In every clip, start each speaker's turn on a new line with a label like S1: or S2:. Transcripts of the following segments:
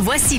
S1: Voici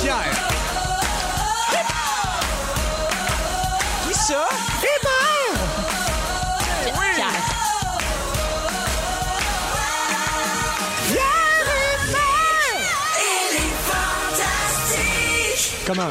S2: Pierre. Qui ça?
S3: Pierre.
S2: Comment?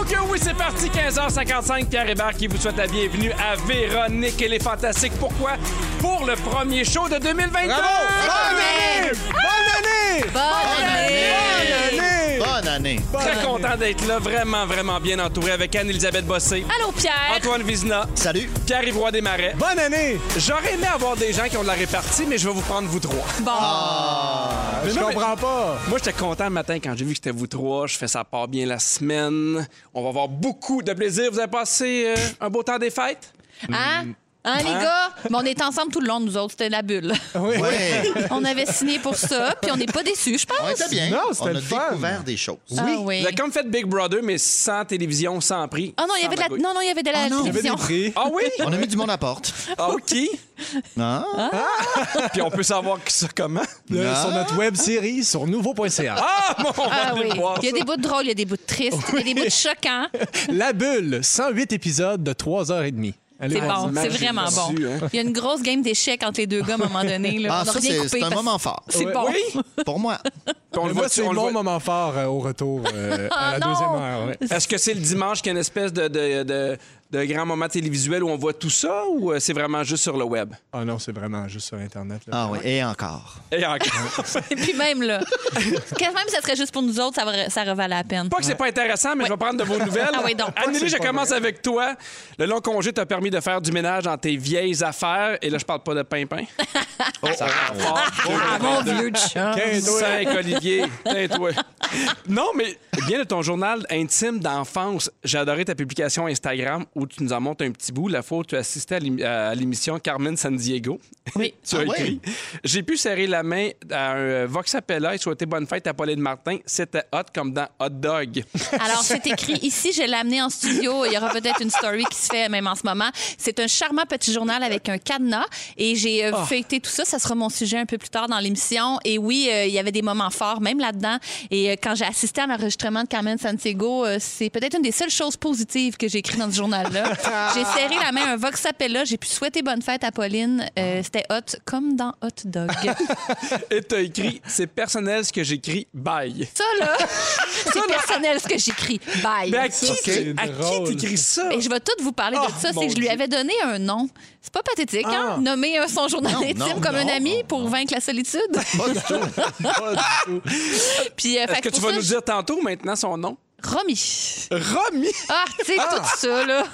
S2: Ok, oui, c'est parti, 15h55. Pierre Hébert qui vous souhaite la bienvenue à Véronique et les Fantastiques. Pourquoi? Pour le premier show de 2023!
S4: Bonne année!
S3: Bonne année!
S4: Bonne année!
S5: Bonne année.
S2: Très content d'être là, vraiment, vraiment bien entouré avec Anne-Elisabeth Bossé,
S3: Allô, Pierre.
S2: Antoine Vizina,
S5: Salut.
S2: Pierre-Yvroy Desmarais.
S4: Bonne année!
S2: J'aurais aimé avoir des gens qui ont de la répartie, mais je vais vous prendre vous trois.
S3: Bon.
S4: Ah, Je
S2: non, mais-
S4: comprends pas.
S2: Moi, j'étais content le matin quand j'ai vu que c'était vous trois. Je fais ça part bien la semaine. On va avoir beaucoup de plaisir. Vous avez passé euh, un beau temps des fêtes?
S3: Hein? Hein, les gars? Mais on est ensemble tout le long, nous autres. C'était la bulle.
S5: Ouais.
S3: on avait signé pour ça, puis on n'est pas déçus, je pense.
S5: On était bien.
S4: Non, c'était
S5: On a
S4: le fun.
S5: découvert des choses.
S3: Ah oui.
S2: Vous avez comme fait Big Brother, mais sans télévision, sans prix.
S3: Ah non, il y avait de la...
S2: magouille.
S3: Non, non, il y avait de la
S5: Ah non.
S3: télévision.
S2: Ah oui?
S5: On a mis du monde à la porte.
S2: Ah, OK.
S5: Ah.
S2: Ah. Puis on peut savoir que ça comment.
S4: Le- sur notre web série sur nouveau.ca.
S2: Ah, mon on va
S3: Ah
S2: aller
S3: oui.
S2: le voir,
S3: Il y a
S2: ça.
S3: des bouts de drôles, il y a des bouts de tristes, il y a des bouts de choquants.
S4: La bulle, 108 épisodes de 3h30.
S3: C'est bon, c'est
S2: imagines
S3: vraiment bon.
S2: là-dessus, hein?
S3: Il y a une grosse game d'échecs entre les deux gars à un moment donné. Là.
S5: Ah,
S3: on a
S5: ça,
S3: rien
S5: c'est-
S3: coupé
S5: c'est un
S3: parce-
S5: moment fort.
S3: C'est bon.
S2: Oui?
S5: Pour moi.
S2: Puis on le voit
S4: c'est
S2: on
S4: mon
S2: le voit-
S4: moment fort euh, au retour euh, à la
S3: Ah, non!
S4: deuxième heure. ouais.
S2: Est-ce que c'est le dimanche qu'il y a une espèce de, de, de- de grand moment télévisuel où on voit tout ça ou euh, c'est vraiment juste sur le web?
S4: Ah non, c'est vraiment juste sur Internet. là.
S5: Ah oui, et encore.
S2: Et encore.
S3: Et puis même là, quand même ça serait juste pour nous autres, ça, va- ça revalait la peine.
S2: Pas que c'est pas intéressant, mais je vais prendre de vos nouvelles.
S3: Ah oui, donc.
S2: Anneli,
S4: c'est
S2: je
S4: pas
S2: commence avec toi. Le long congé t'a permis de faire du ménage dans tes vieilles affaires. Et là, je parle pas de pimpin. Ça rapporte.
S3: Ah, mon vieux chum.
S4: Quinze-
S2: Cinq, Olivier. Tais-toi. Non, mais bien de ton journal intime d'enfance, j'ai adoré ta publication Instagram où tu nous en montres un petit bout. La fois où tu assistais à l'ém- à l'émission Carmen San Diego.
S3: Oui.
S2: Tu as
S5: Ah ouais?
S2: écrit. J'ai pu serrer la main à un euh, Vox Appella et souhaiter bonne fête à Pauline Martin. C'était hot comme dans Hot Dog.
S3: Alors, c'est écrit ici, je l'ai amené en studio. Il y aura peut-être une story qui se fait même en ce moment. C'est un charmant petit journal avec un cadenas et j'ai euh, feuilleté tout ça. Ça sera mon sujet un peu plus tard dans l'émission. Et oui, euh, il y avait des moments forts même là-dedans. Et euh, quand j'ai assisté à l'enregistrement de Carmen Santiago, euh, c'est peut-être une des seules choses positives que j'ai écrites dans ce journal-là. j'ai serré la main à un Vox Appella. J'ai pu souhaiter bonne fête à Pauline. Euh, C'était hot comme dans Hot Dog.
S2: Et t'as écrit, c'est personnel ce que j'écris, bye.
S3: ça, là, Ben, c'est personnel ce que j'écris. Bye.
S2: Mais à qui
S4: c'est
S2: à qui
S4: drôle.
S2: t'écris ça?
S3: Et je vais tout vous parler
S2: Ah,
S3: de ça.
S2: mon
S3: C'est que je lui
S2: Dieu. Ah.
S3: avais donné un nom. C'est pas pathétique, hein? Nommer euh, son journal
S5: Non,
S3: intime
S5: non,
S3: comme un
S5: non,
S3: ami
S5: non,
S3: pour vaincre la solitude.
S4: Ah,
S5: Pas du tout.
S3: Puis, euh,
S2: Est-ce
S3: fait
S2: que
S3: que
S2: tu vas
S3: pour ça,
S2: nous
S3: je-
S2: dire tantôt maintenant son nom?
S3: Romy.
S2: Romy!
S3: Ah, tu sais, tout ça, là.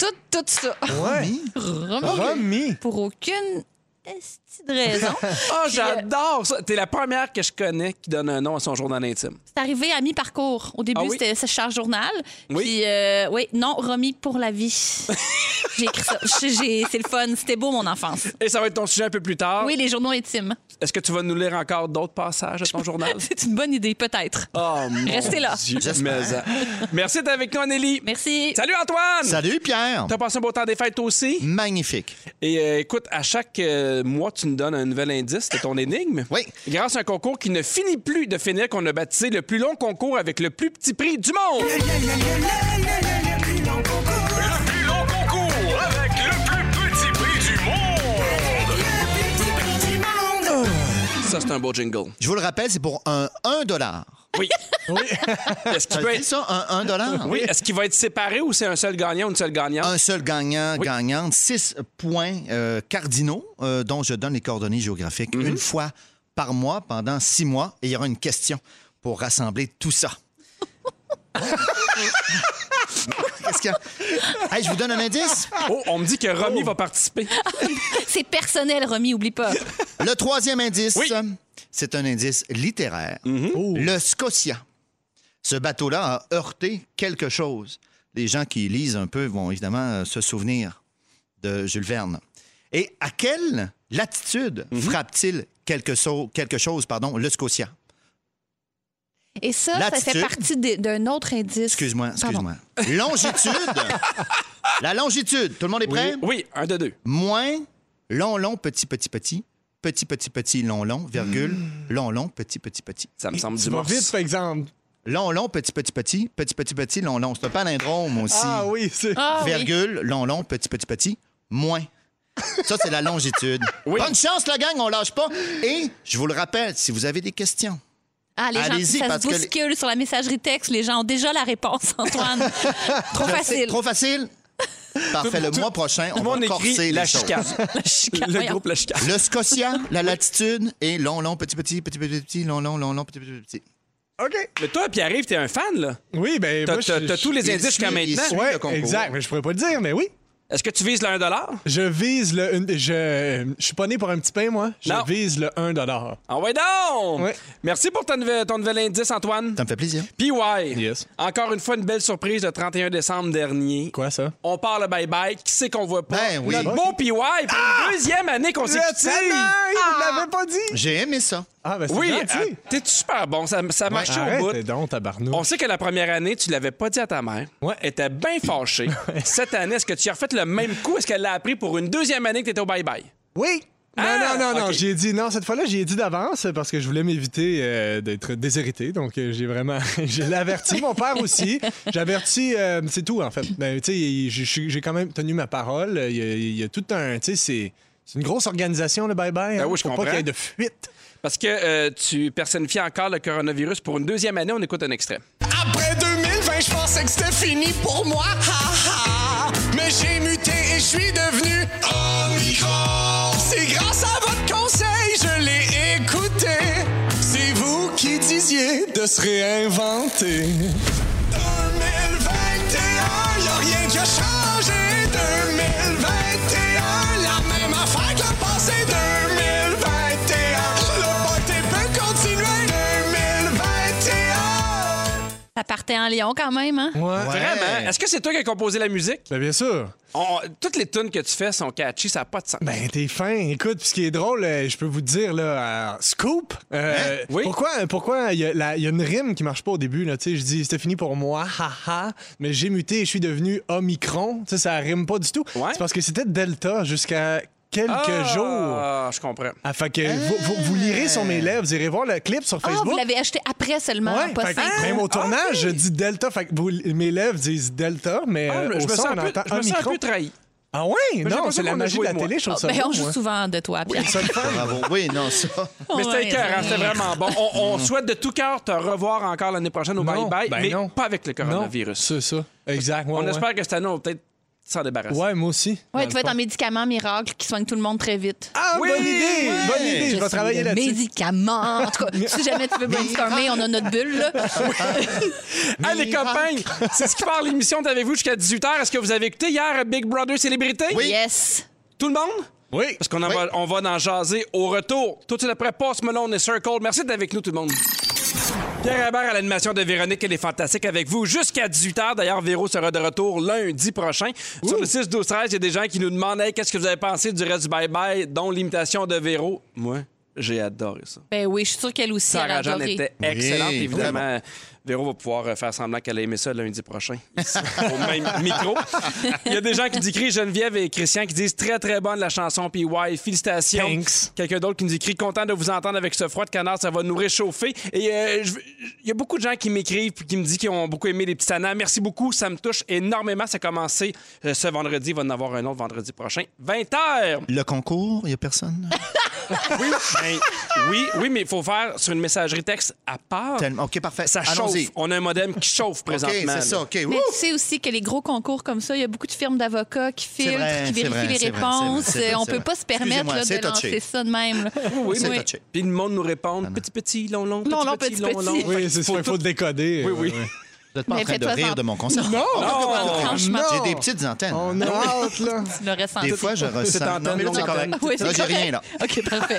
S3: Tout, tout ça.
S4: Ouais.
S3: Romy.
S4: Romy.
S3: Pour aucune esti de raison.
S2: Ah,
S3: euh,
S2: j'adore ça! T'es la première que je connais qui donne un nom à son journal intime.
S3: C'est arrivé à mi-parcours. Au début,
S2: Ah oui?
S3: c'était ce charge journal.
S2: Oui.
S3: Puis, euh, oui, non, Romy pour la vie. J'ai écrit ça. J'ai- j'ai- C'est le fun. C'était beau, mon enfance.
S2: Et ça va être ton sujet un peu plus tard.
S3: Oui, les journaux intimes.
S2: Est-ce que tu vas nous lire encore d'autres passages de ton journal?
S3: C'est une bonne idée, peut-être.
S2: Oh, mon
S3: Restez là.
S2: Dieu,
S5: J'espère.
S2: mais, euh, Merci d'être avec nous, Anneli.
S3: Merci.
S2: Salut, Antoine!
S5: Salut, Pierre.
S2: T'as passé un beau temps des fêtes aussi?
S5: Magnifique.
S2: Et euh, écoute, à chaque euh, mois, tu nous donnes un nouvel indice de ton énigme.
S5: Oui.
S2: Grâce à un concours qui ne finit plus de finir, qu'on a baptisé le plus long concours avec le plus petit prix du monde.
S6: Le plus long concours avec le plus petit prix du monde.
S2: Ça, c'est un beau jingle.
S5: Je vous le rappelle, c'est pour un 1 dollar.
S2: Oui. Est-ce
S5: Ça
S2: qu'il va
S5: dit
S2: être...
S5: ça, un 1 dollar?
S2: Oui, est-ce qu'il va être séparé ou c'est un seul gagnant ou une seule gagnante?
S5: Un seul gagnant, gagnante, six points euh, cardinaux euh, dont je donne les coordonnées géographiques une fois par mois pendant six mois. Et il y aura une question pour rassembler tout ça. Qu'est-ce qu'il y a? Hey, je vous donne un indice.
S2: Oh, on me dit que Romy va participer.
S3: C'est personnel, Romy, oublie pas.
S5: Le troisième indice,
S2: Oui. Mhm.
S5: c'est un indice littéraire.
S4: Oh.
S5: Le Scotia. Ce bateau-là a heurté quelque chose. Les gens qui lisent un peu vont évidemment euh, se souvenir de Jules Verne. Et
S2: Mhm.
S5: à quelle latitude frappe-t-il quelque, so- quelque chose, pardon, le Scotia?
S3: Et ça, ça
S5: Latitude.
S3: fait partie des- d'un autre indice.
S5: Excuse-moi,
S3: Pardon.
S5: excuse-moi. Longitude. la longitude. Tout le monde est prêt?
S2: Oui, un de deux.
S5: Moins long, long, petit, petit, petit. Petit, petit, petit, long, long, virgule.
S2: Hmm.
S5: Long, long, petit, petit, petit.
S2: Ça me semble
S4: Tu
S2: du
S4: vas
S2: morse.
S4: vite, par exemple.
S5: Long, long, petit, petit, petit. Petit, petit, petit, long, long. C'est un palindrome aussi.
S4: Ah oui, c'est...
S3: Ah oui.
S5: Virgule, long, long, petit, petit, petit. Moins. Ça, c'est la longitude.
S2: Oui.
S5: Bonne chance, la gang, on lâche pas. Et je vous le rappelle, si vous avez des questions,
S3: Ah, les
S5: Allez-y,
S3: gens, ça
S5: parce
S3: se
S5: que les-
S3: bouscule sur la messagerie texte. Les gens ont déjà la réponse, Antoine. Trop
S5: C'est
S3: facile.
S5: trop facile. Parfait. Le mois prochain,
S2: Tout
S5: on
S2: le monde
S5: va corser
S2: écrit
S5: les
S2: la
S5: choses.
S2: chicane. Le
S3: Voyons.
S2: groupe la chicane.
S5: Le Scotia, la latitude et long, long, petit, petit, petit, petit, petit, long, long, long, long, petit, petit, petit.
S2: Mais toi, Pierre-Yves, t'es un fan, là.
S4: Oui, ben
S2: T'as
S4: moi,
S2: t'as-
S4: je-
S2: t'as tous les
S5: il
S2: indices jusqu'à
S5: suit, il
S2: maintenant.
S5: suit. le
S4: Ouais,
S5: concours.
S4: exact. Mais je pourrais pas le dire, mais oui.
S2: Est-ce que tu vises le 1
S4: Je vise le... une- Je, je suis pas né pour un petit pain, moi. Je
S2: Non.
S4: vise le 1
S2: Ah ouais donc!
S4: Ouais.
S2: Merci pour ta nouvelle- ton nouvel indice, Antoine.
S5: Ça me fait plaisir.
S2: PY.
S4: Yes.
S2: Encore une fois, une belle surprise le 31 décembre dernier.
S4: Quoi, ça?
S2: On part le bye-bye. Qui c'est qu'on voit pas?
S5: Ben oui. Ah!
S2: Notre beau PY pour une deuxième année consécutive.
S4: Il l'avait pas dit!
S5: J'ai aimé ça.
S4: Ah, ben c'est
S2: Oui,
S4: gentil.
S2: euh, t'es super bon. Ça, ça marchait au bout.
S4: Arrête donc, tabarnou.
S2: On sait que la première année, tu l'avais pas dit à ta mère.
S4: Ouais.
S2: Elle était bien fâchée. Cette année, est-ce que tu as refait le même coup? Est-ce qu'elle l'a appris pour une deuxième année que tu étais au bye-bye?
S4: Oui. Non,
S2: Ah,
S4: non, non, non.
S2: ok.
S4: J'ai dit non. Cette fois-là, j'ai dit d'avance parce que je voulais m'éviter euh, d'être déshérité. Donc, euh, j'ai vraiment, je l'ai averti. Mon père aussi. J'ai averti. euh, c'est tout en fait. Ben, tu sais, j'ai- j'ai j'ai quand même tenu ma parole. Il y a, il y a tout un. Tu sais, c'est c'est une grosse organisation le Bye Bye.
S2: Ben oui, je
S4: Faut
S2: comprends.
S4: Pas qu'il y ait de fuite.
S2: Parce que euh, tu personnifies encore le coronavirus pour une deuxième année. On écoute un extrait.
S7: Après 2020, je pensais que c'était fini pour moi. Ha, ha. Mais j'ai muté et je suis devenu Omicron. C'est grâce à votre conseil, je l'ai écouté. C'est vous qui disiez de se réinventer. 2021, y a rien qui a changé. 2021, la même affaire que le passé. 2021, le bon été peut continuer. 2021.
S3: Ça partait en Lyon quand même, hein?
S4: Ouais.
S2: Vraiment? Est-ce que c'est toi qui as composé la musique?
S4: Ben, bien sûr.
S2: On- toutes les tunes que tu fais sont catchy, ça n'a pas de sens.
S4: Ben, t'es fin. Écoute, puis ce qui est drôle, euh, je peux vous dire, là, euh, scoop. euh,
S2: Hein? Oui.
S4: Pourquoi pourquoi il y, a la- il y a une rime qui marche pas au début, là. Tu sais, je dis, c'était fini pour moi, haha, mais j'ai muté et je suis devenu Omicron. Tu sais, ça rime pas du tout.
S2: Ouais.
S4: C'est parce que c'était Delta jusqu'à quelques
S2: Ah,
S4: jours.
S2: je comprends.
S4: Ah, fait que vous, vous- vous lirez sur
S2: Hein?
S4: mes lèvres, vous irez voir le clip sur
S3: Ah, vous
S4: Facebook.
S3: l'avez acheté après seulement,
S4: Ouais,
S3: pas
S4: fait que
S3: cinq.
S4: même
S2: Ah,
S4: au tournage, je dis Delta. Fait que vous- mes lèvres disent Delta, mais
S2: Ah,
S4: euh,
S2: je,
S4: au
S2: me
S4: son,
S2: sens un
S4: on
S2: peu,
S4: entend
S2: je me sens un
S4: Omicron.
S2: peu trahi.
S4: Ah ouais? non,
S2: l'impression
S4: c'est la
S2: qu'on a
S4: magie de
S2: joué
S4: la
S2: de moi.
S4: télé, je trouve
S3: Ah,
S4: ça
S3: ben,
S4: beau,
S3: on joue
S4: moi.
S3: souvent de toi, Pierre.
S4: C'est ça le fun.
S5: Bravo. Oui, non, ça.
S3: On
S2: Mais
S3: va
S2: c'était écœurant,
S3: rire.
S2: c'était vraiment bon. On, on souhaite de tout cœur te revoir encore l'année prochaine au
S4: Non,
S2: bye-bye,
S4: ben
S2: mais
S4: non.
S2: pas avec le coronavirus.
S4: Non, c'est ça. Exact. ouais,
S2: on
S4: ouais.
S2: espère que cette année, on va peut-être s'en débarrasser.
S4: Ouais, moi aussi.
S3: Ouais,
S4: Dans
S3: tu
S4: le
S3: vas être en
S4: fond.
S3: médicament miracle qui soigne tout le monde très vite.
S4: Ah,
S2: Oui,
S4: bonne idée!
S2: ouais.
S4: Bonne idée! Je, vais
S3: suis
S4: travailler
S3: le
S4: là-dessus.
S3: Médicament. En tout cas, si jamais tu veux brainstormer, on a notre bulle, là.
S2: Ah, les copains, c'est ce qui part l'émission T'es avec vous jusqu'à 18h. Est-ce que vous avez écouté hier Big Brother Célébrité?
S3: Yes.
S2: Tout le monde?
S4: Oui.
S2: Parce qu'on en va, on va en jaser au retour. Tout de suite après, Passe Melon et Circle. Merci d'être avec nous, tout le monde. Pierre Hébert à l'animation de Véronique, elle est fantastique avec vous jusqu'à 18h. D'ailleurs, Véro sera de retour lundi prochain. Sur le 6, 12, 13, il y a des gens qui nous demandent Hey, qu'est-ce que vous avez pensé du reste du Bye Bye, dont l'imitation de Véro. Moi, j'ai adoré ça.
S3: Ben oui, je suis sûre qu'elle aussi, elle a
S2: Sarah Jeanne
S3: adoré.
S2: était excellente,
S5: Oui,
S2: évidemment. Véro va pouvoir euh, faire semblant qu'elle a aimé ça lundi prochain, ici, au même micro. Il y a des gens qui nous écrivent, Geneviève et Christian, qui disent très, très bonne la chanson PY. Félicitations.
S4: Thanks.
S2: Quelqu'un d'autre qui nous écrit, content de vous entendre avec ce froid de canard, ça va nous réchauffer. Et euh, je- il y a beaucoup de gens qui m'écrivent puis qui me disent qu'ils ont beaucoup aimé les petits tannants. Merci beaucoup, ça me touche énormément. Ça a commencé euh, ce vendredi, il va en avoir un autre vendredi prochain, 20h.
S5: Le concours, il n'y a personne?
S2: Ah. Oui, ben, oui, oui, mais il faut faire sur une messagerie texte à part.
S5: Tellement- OK, parfait.
S2: Ça chauffe.
S5: Allons-y.
S2: On a un modem qui chauffe
S5: OK,
S2: présentement.
S5: c'est ça.
S2: là.
S5: OK. Wouh!
S3: Mais tu sais aussi que les gros concours comme ça, il y a beaucoup de firmes d'avocats qui filtrent,
S5: vrai,
S3: qui
S5: c'est
S3: vérifient
S5: vrai,
S3: les
S5: c'est vrai, c'est vrai,
S3: réponses.
S5: c'est vrai,
S3: on
S5: c'est
S3: peut
S5: vrai.
S3: pas se
S5: Excusez-moi,
S3: permettre là,
S5: c'est
S3: de
S5: touché.
S3: lancer ça de même. là.
S2: Oui,
S5: C'est
S2: mais-
S5: touché. Ah,
S2: Puis le monde nous répond petit, petit, long, long, petit,
S3: Long, long,
S2: petit,
S3: petit,
S2: long, long.
S3: petit.
S4: Oui, c'est ça. Il faut décoder.
S2: Oui, oui.
S4: Ouais, ouais.
S5: Vous n'êtes pas
S3: Mais
S5: en train de
S3: faites-toi
S5: rire
S3: sans-
S5: de mon concert.
S4: Non!
S2: Ah,
S5: Oh,
S3: Franchement,
S4: non.
S5: J'ai des petites antennes.
S4: On a hâte, là.
S3: tu l'aurais senti.
S5: Des fois, je ressens.
S2: antenne,
S5: Non, mais là, c'est
S2: longue
S5: correct.
S2: antenne.
S3: Oui,
S5: Là,
S3: c'est
S5: j'ai
S3: correct.
S5: rien, là.
S3: OK, parfait.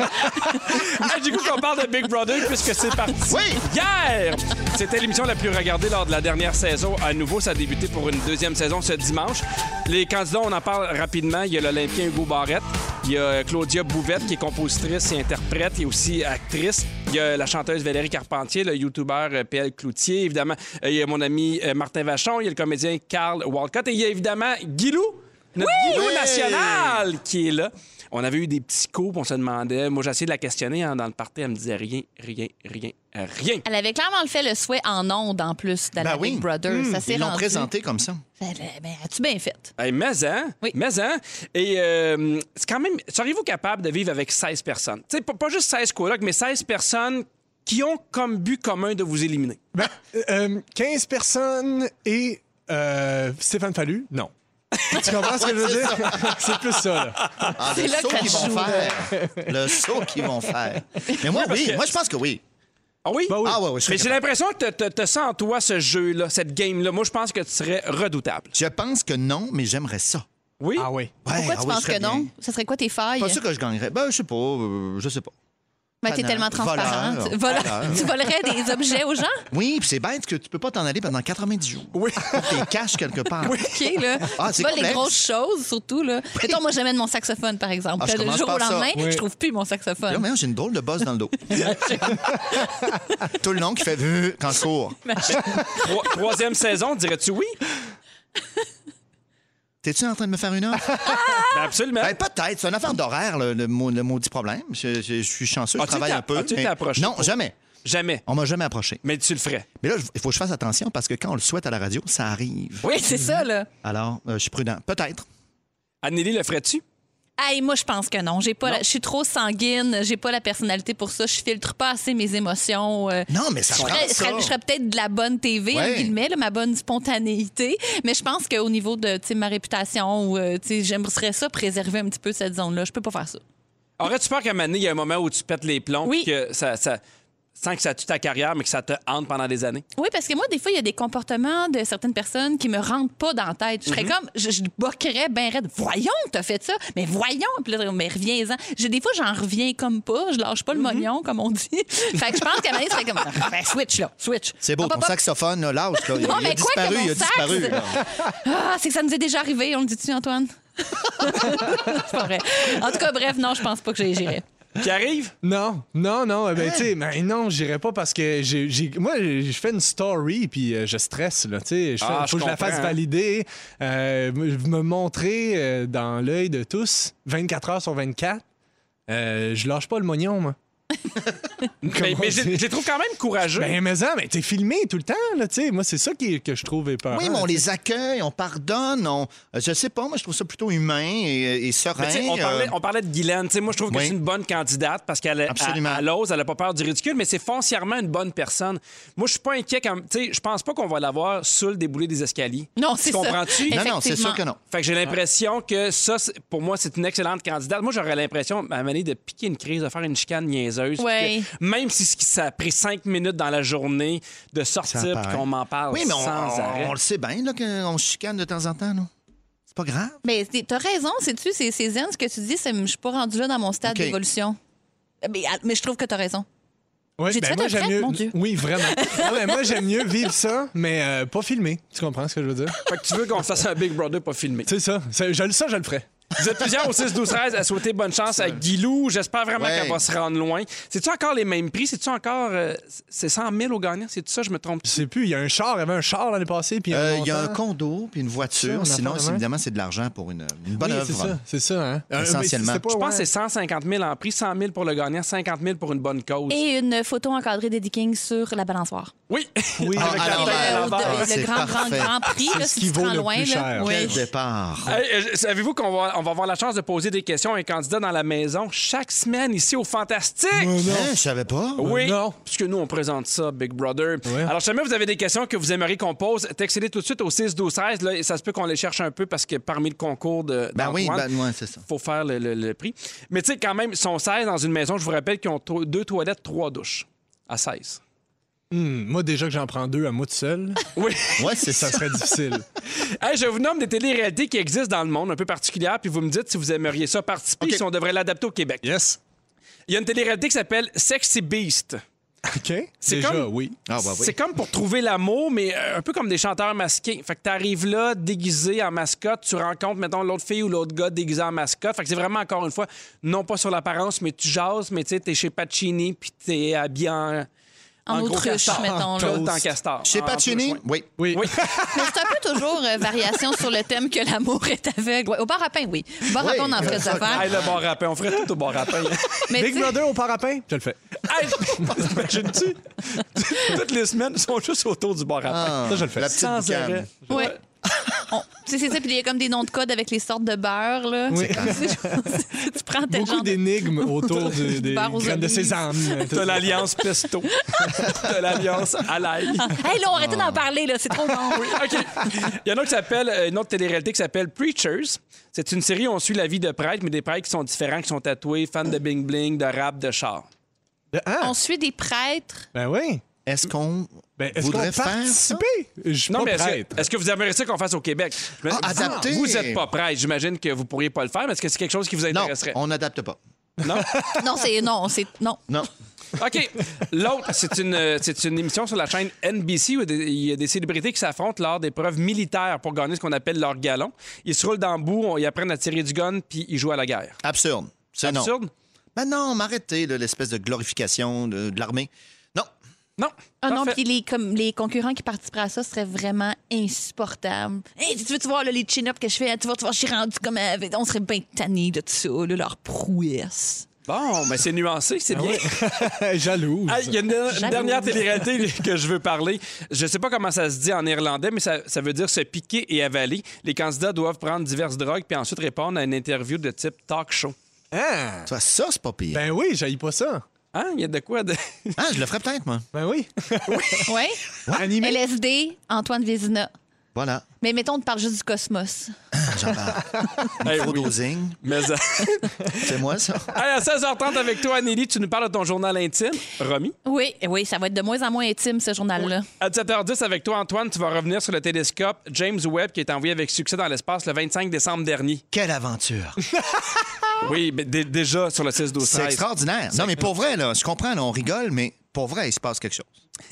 S2: Ah, du coup, qu'on parle de Big Brother puisque c'est parti.
S5: Oui!
S2: Hier! C'était l'émission la plus regardée lors de la dernière saison. À nouveau, ça a débuté pour une deuxième saison ce dimanche. Les candidats, on en parle rapidement. Il y a l'Olympien Hugo Barrette, Il y a Claudia Bouvette, qui est compositrice et interprète et aussi actrice. Il y a la chanteuse Valérie Carpentier, le youtubeur euh, PL Cloutier, évidemment. euh, Il y a mon ami euh, Martin Vachon, il y a le comédien Carl Walcott et il y a évidemment Guilou, notre Guilou national qui est là. On avait eu des petits coups, puis on se demandait. Moi, j'ai essayé de la questionner hein, dans le party. Elle me disait rien, rien, rien, rien.
S3: Elle avait clairement le fait le souhait en ondes en plus d'aller
S5: Ben
S3: à Big
S5: oui.
S3: Brother. ça s'est
S5: Ils l'ont
S3: rendu.
S5: présenté comme ça.
S3: Ben, ben, as-tu bien fait?
S2: Hey, mais hein?
S3: Oui.
S2: Mais hein? Et euh, c'est quand même. Seriez-vous capable de vivre avec 16 personnes? Tu sais, pas, pas juste 16 colocs, mais 16 personnes qui ont comme but commun de vous éliminer.
S4: Ben, euh, 15 personnes et euh, Stéphane Fallu, non. Tu comprends ce que je veux dire? C'est plus ça, là.
S5: Ah, le
S3: C'est là
S5: saut
S3: qu'elle
S5: qu'ils vont
S3: joue,
S5: faire. Le saut qu'ils vont faire. Mais moi, oui. Moi, je pense que oui.
S2: Ah oui?
S4: Ben oui.
S5: Ah, ouais, ouais, je serais
S2: mais j'ai
S5: capable.
S2: l'impression que tu sens en toi ce jeu-là, cette game-là. Moi, je pense que tu serais redoutable.
S5: Je pense que non, mais j'aimerais ça.
S2: Oui?
S4: Ah oui.
S5: Ouais,
S3: Pourquoi
S5: ah
S3: tu
S5: oui, je
S3: penses
S5: serais
S3: que
S5: bien.
S3: non? Ce serait quoi tes failles?
S5: Pas sûr que je gagnerais. Ben, je sais pas. euh, je sais pas.
S3: Ben, t'es
S5: Panneur,
S3: tellement transparent.
S5: voleur,
S3: Tu- voleur.
S5: panneur.
S3: tu volerais des objets aux gens?
S5: Oui, puis c'est bête que tu peux pas t'en aller pendant 90 jours. Oui. T'es cash quelque part.
S3: OK, là.
S5: Ah,
S3: tu
S5: c'est
S3: vois les
S5: complexe.
S3: grosses choses, surtout, là. Mettons, moi, j'amène mon saxophone, par exemple.
S5: Ah, je
S3: le
S5: commence
S3: jour au
S5: par ça.
S3: lendemain,
S4: Oui.
S3: je trouve plus mon
S5: Là,
S3: saxophone.
S5: maintenant, j'ai une drôle de bosse dans le dos. Tout le long qui fait vu quand je cours.
S2: Trois- troisième saison, dirais-tu oui?
S5: T'es-tu en train de me faire une offre?
S2: Ben absolument.
S5: Ben, peut-être. C'est une affaire d'horaire, le, le, mau- le maudit problème. Je, je- je suis chanceux, je
S2: As-tu
S5: travaille
S2: été-
S5: un peu.
S2: as-tu été
S5: mais-
S2: approché
S5: Non,
S2: pour-
S5: jamais.
S2: Jamais.
S5: On m'a jamais approché.
S2: Mais tu le ferais.
S5: Mais là, il faut que je fasse attention parce que quand on le souhaite à la radio, ça arrive.
S3: Oui, c'est ça, là.
S5: Alors, euh, je suis prudent. Peut-être.
S2: Anneli, le ferais-tu?
S3: Hey, moi, je pense que non. J'ai pas la- Je suis trop sanguine. J'ai pas la personnalité pour ça. Je filtre pas assez mes émotions. euh,
S5: Non, mais ça
S3: je
S5: prend
S3: serais, je
S5: ça.
S3: serais- je serais peut-être de la bonne TV, entre
S5: Ouais.
S3: guillemets, là, ma bonne spontanéité. Mais je pense qu'au niveau de tu sais, ma réputation, ou, euh, tu sais, j'aimerais ça préserver un petit peu cette zone-là. Je peux pas faire ça.
S2: Aurais-tu peur qu'à un moment donné, il y a un moment où tu pètes les plombs
S3: Oui.
S2: puis que ça, ça- sans que ça tue ta carrière, mais que ça te hante pendant des années?
S3: Oui, parce que moi, des fois, il y a des comportements de certaines personnes qui me rentrent pas dans la tête. Je serais
S5: Mhm.
S3: comme, je, je boquerais ben raide. Voyons, t'as fait ça, mais voyons. Puis là, mais reviens-en. J'ai- Des fois, j'en reviens comme pas. Je lâche pas le
S5: Mhm.
S3: mognon, comme on dit. fait que je pense qu'à un moment donné, je serais comme, Ah, ben, switch, là, switch.
S5: C'est beau,
S3: Hop,
S5: ton
S3: hop, hop.
S5: saxophone, là, lâche, là. Il,
S3: Non,
S5: il a
S3: mais quoi
S5: disparu,
S3: que mon
S5: il a
S3: sax?
S5: disparu. là.
S3: Ah, c'est que ça nous est déjà arrivé, on le dit-tu, Antoine? c'est pas vrai. En tout cas, bref, non, je pense pas que j'ai- j'irai.
S2: Qui arrive?
S4: Non, non, non. Ben, tu sais, ben non, j'irai pas parce que j'ai, j'ai- moi, je fais une story puis euh, je stresse, là. Tu sais, je fais-
S2: Ah, je
S4: faut que je la
S2: comprends,
S4: fasse
S2: hein.
S4: valider, euh, me me montrer euh, dans l'œil de tous, 24 heures sur 24. Euh, je lâche pas le mognon, moi.
S2: Mais,
S4: Comment
S2: mais je,
S4: c'est?
S2: je les trouve quand même courageux.
S4: Ben, mais ça, mais t'es filmé tout le temps, là, tu sais. Moi, c'est ça qui, que je trouve épeurant.
S5: Oui, mais on les accueille, on pardonne, on... euh, Je sais pas, moi, je trouve ça plutôt humain et, et serein.
S2: Mais tu sais, on, parlait,
S5: euh,
S2: on parlait de Guylaine. Tu sais, moi, je trouve que
S5: Oui.
S2: c'est une bonne candidate parce qu'elle est-
S5: Absolument.
S2: elle- elle ose, elle n'a pas peur du ridicule, mais c'est foncièrement une bonne personne. Moi, je suis pas inquiet quand. Tu sais, je pense pas qu'on va l'avoir saoul déboulé des escaliers.
S3: Non, c'est
S2: Tu
S3: ça.
S2: comprends-tu?
S5: Non, non, c'est
S3: effectivement.
S5: sûr que non.
S2: Fait que j'ai l'impression que ça, c'est- pour moi, c'est une excellente candidate. Moi, j'aurais l'impression, à un moment donné, de piquer une crise, de faire une chicane niaiseuse.
S3: Ouais.
S2: puis que Même si ce qui- ça a pris cinq minutes dans la journée de sortir puis
S5: apparaît.
S2: qu'on m'en parle
S5: Oui, mais on,
S2: sans
S5: on-
S2: arrêt.
S5: on le sait bien, là, qu'on se chicane de temps en temps, non? C'est pas grave.
S3: Mais c'est- t'as raison, sais-tu, c'est c'est zen ce que tu dis, c'est- je suis pas rendue là dans mon stade
S5: OK.
S3: d'évolution. Mais, ah, mais je trouve que t'as raison.
S4: Ouais, ben,
S3: J'ai-tu fait un
S4: j'aime
S3: trait?
S4: mieux.
S3: Mon Dieu.
S4: Oui, vraiment. Non, mais moi, j'aime mieux vivre ça, mais euh, pas filmer. Tu comprends ce que je veux dire?
S2: Fait que tu veux qu'on fasse un Big Brother pas filmé.
S4: C'est ça. Ça, je, ça, je le ferais.
S2: Vous êtes plusieurs au 6 12 13 à souhaiter bonne chance à Guilou. J'espère vraiment
S5: Ouais.
S2: qu'elle va se rendre loin. C'est-tu encore les mêmes prix? C'est-tu encore... euh, c'est 100 000 au gagnant? C'est-tu ça? Je me trompe.
S4: Je sais plus, il y a un char, il y avait un char l'année passée. puis
S5: Euh, Il y a un
S4: montant.
S5: condo puis une
S4: Ça, on
S5: voiture.
S4: a
S5: Sinon,
S4: fait de
S5: c'est-
S4: même.
S5: évidemment, c'est de l'argent pour une, une bonne
S4: Oui,
S5: œuvre.
S4: c'est ça, c'est ça, hein? Euh, mais
S5: Essentiellement.
S4: c'est pas-
S2: Je pense
S4: ouais.
S2: que c'est 150 000 en prix, 100 000 pour le gagnant, 50 000 pour une bonne cause.
S3: Et une photo encadrée d'Eddie King sur la balançoire.
S2: Oui!
S4: Oui,
S5: Ah,
S2: Avec
S5: à
S2: la
S5: l'envers.
S2: tête à
S3: le,
S2: l'envers.
S3: le
S5: c'est
S3: grand, grand,
S5: parfait.
S3: grand prix,
S4: C'est
S3: là,
S4: ce
S3: si
S4: qui
S3: tu te
S4: vaut
S3: rends
S4: le
S3: loin.
S4: plus
S3: Là.
S4: cher.
S5: Quel
S3: Oui.
S5: départ.
S2: Hey, euh, Savez-vous qu'on va, on va avoir la chance de poser des questions à un candidat dans la maison chaque semaine ici au Fantastique?
S5: Hein, je savais pas.
S2: Oui,
S4: Non.
S2: puisque nous, on présente ça, Big Brother.
S4: Ouais.
S2: Alors, si jamais vous avez des questions que vous aimeriez qu'on pose, textez-les tout de suite au 6-12-13. Là, Ça se peut qu'on les cherche un peu parce que parmi le concours de.
S5: Ben oui,
S2: d'Antoine,
S5: ben ouais, c'est ça.
S2: faut faire le, le- le prix. Mais tu sais, quand même, ils sont 16 dans une maison. Je vous rappelle qu'ils ont to- deux toilettes, trois douches. À 16.
S4: Hum, moi, déjà que j'en prends deux à moi tout seul,
S2: Oui.
S5: Ouais, c'est ça.
S4: ça serait difficile.
S2: Hey, je vous nomme des téléréalités qui existent dans le monde, un peu particulières, puis vous me dites si vous aimeriez ça participer, si on devrait l'adapter au Québec.
S4: Yes.
S2: Il y a une télé-réalité qui s'appelle Sexy Beast.
S4: OK.
S2: C'est
S4: Déjà,
S2: comme-
S4: oui.
S5: Ah, bah oui.
S2: C'est comme pour trouver l'amour, mais euh, un peu comme des chanteurs masqués. Fait que t'arrives là, déguisé en mascotte, tu rencontres, mettons, l'autre fille ou l'autre gars déguisé en mascotte. Fait que c'est vraiment, encore une fois, non pas sur l'apparence, mais tu jases, mais tu sais, t'es chez Pacini, puis t'es habillé en...
S3: En
S2: gros
S3: autruche,
S2: castor.
S3: mettons, là.
S2: Tout en castor.
S5: Chez
S2: En
S5: Pacini?
S2: autruche,
S5: Oui.
S4: Oui.
S2: Oui.
S3: Mais c'est un peu toujours euh, variation sur le thème que l'amour est aveugle. Ouais, au bar à pain, oui. Au bar à
S5: Oui,
S3: pain, on en ferait des
S5: euh,
S3: affaires.
S2: Hey, le bon rapin, on ferait tout au bon rapin.
S3: Mais
S4: Big
S3: tu sais,
S4: Brother au parapin? Je le fais.
S2: Hey, t'imagines-tu? Toutes les semaines, ils sont juste autour du bon rapin.
S5: Ah,
S4: Ça, je le fais.
S5: La petite
S2: Sans
S5: boucane.
S2: arrêt.
S3: ouais. On- tu sais, c'est ça, puis il y a comme des noms de code avec les sortes de beurre, là.
S4: Oui.
S3: tu prends tel
S4: Beaucoup
S3: genre de...
S4: d'énigmes autour de, des
S3: Barre aux
S4: graines de
S3: olives.
S4: sésame.
S2: T'as l'alliance pesto. T'as l'alliance à l'ail.
S3: Hey, là, on arrêtait
S4: Ah.
S3: d'en parler, là. C'est trop bon.
S2: OK. Il y en a qui s'appelle, euh, une autre télé-réalité qui s'appelle Preachers. C'est une série où on suit la vie de prêtres, mais des prêtres qui sont différents, qui sont tatoués, fans de bling-bling, de rap, de char.
S4: Ah,
S3: On suit des prêtres.
S4: ben oui.
S5: Est-ce qu'on
S4: Ben, est-ce qu'on
S5: voudrait faire ça?
S4: participer? Je suis
S2: Non,
S4: pas
S2: mais est-ce
S4: prêtre.
S2: que, est-ce que vous aimeriez ça qu'on fasse au Québec? Je me-
S5: Ah, adapté.
S2: Vous n'êtes pas prêtre. J'imagine que vous pourriez pas le faire, mais est-ce que c'est quelque chose qui vous
S5: Non,
S2: intéresserait?
S5: on n'adapte pas.
S2: Non?
S3: Non, c'est... Non, c'est... Non.
S5: Non.
S2: OK. L'autre, c'est une, euh, c'est une émission sur la chaîne NBC où des- il y a des célébrités qui s'affrontent lors d'épreuves militaires pour gagner ce qu'on appelle leur galon. Ils se roulent dans le bout, on- ils apprennent à tirer du gun, puis ils jouent à la guerre.
S5: Absurde. C'est non.
S2: Absurde?
S5: Ben non, m'arrêtez, là, l'espèce de glorification de, de l'armée. Non.
S2: Non.
S3: Ah non,
S2: Parfait.
S3: puis les, comme, les concurrents qui participeraient à ça seraient vraiment insupportables. Hey, tu veux tu voir là, les chin-ups que je fais? Tu vois, tu vois, je suis rendu comme... euh, On serait bien tannés de ça, là, leur prouesse.
S2: Bon, ben c'est nuancé, c'est bien.
S4: Jalouse.
S2: Ah, Il y a une, une
S3: Jalouse.
S2: dernière télé-réalité que je veux parler. Je sais pas comment ça se dit en néerlandais, mais ça, ça veut dire se piquer et avaler. Les candidats doivent prendre diverses drogues puis ensuite répondre à une interview de type talk show.
S4: Ah,
S5: Toi, ça, c'est pas pire.
S4: ben oui, j'aille pas ça.
S2: Hein? Il y a de quoi de.
S5: Ah, je le ferais peut-être, moi.
S4: Ben oui.
S3: Oui?
S4: Animé.
S3: LSD, Antoine Vézina.
S5: Voilà.
S3: Mais mettons, on te parle juste du cosmos.
S5: J'en parle.
S4: Ah
S2: Eh oui.
S5: Microdosing.
S2: Mais ça-
S5: C'est moi, ça.
S2: Allez, à 16h30 avec toi, Anneli, tu nous parles de ton journal intime, Romy.
S3: Oui, oui, ça va être de moins en moins intime, ce journal-là.
S2: À 17h10 avec toi, Antoine, tu vas revenir sur le télescope James Webb qui est envoyé avec succès dans l'espace le 25 décembre dernier.
S5: Quelle aventure.
S2: Oui, mais dé- déjà sur le 6 12
S5: C'est extraordinaire. Non, mais pour vrai, là, je comprends, là, on rigole, mais pour vrai, il se passe quelque chose.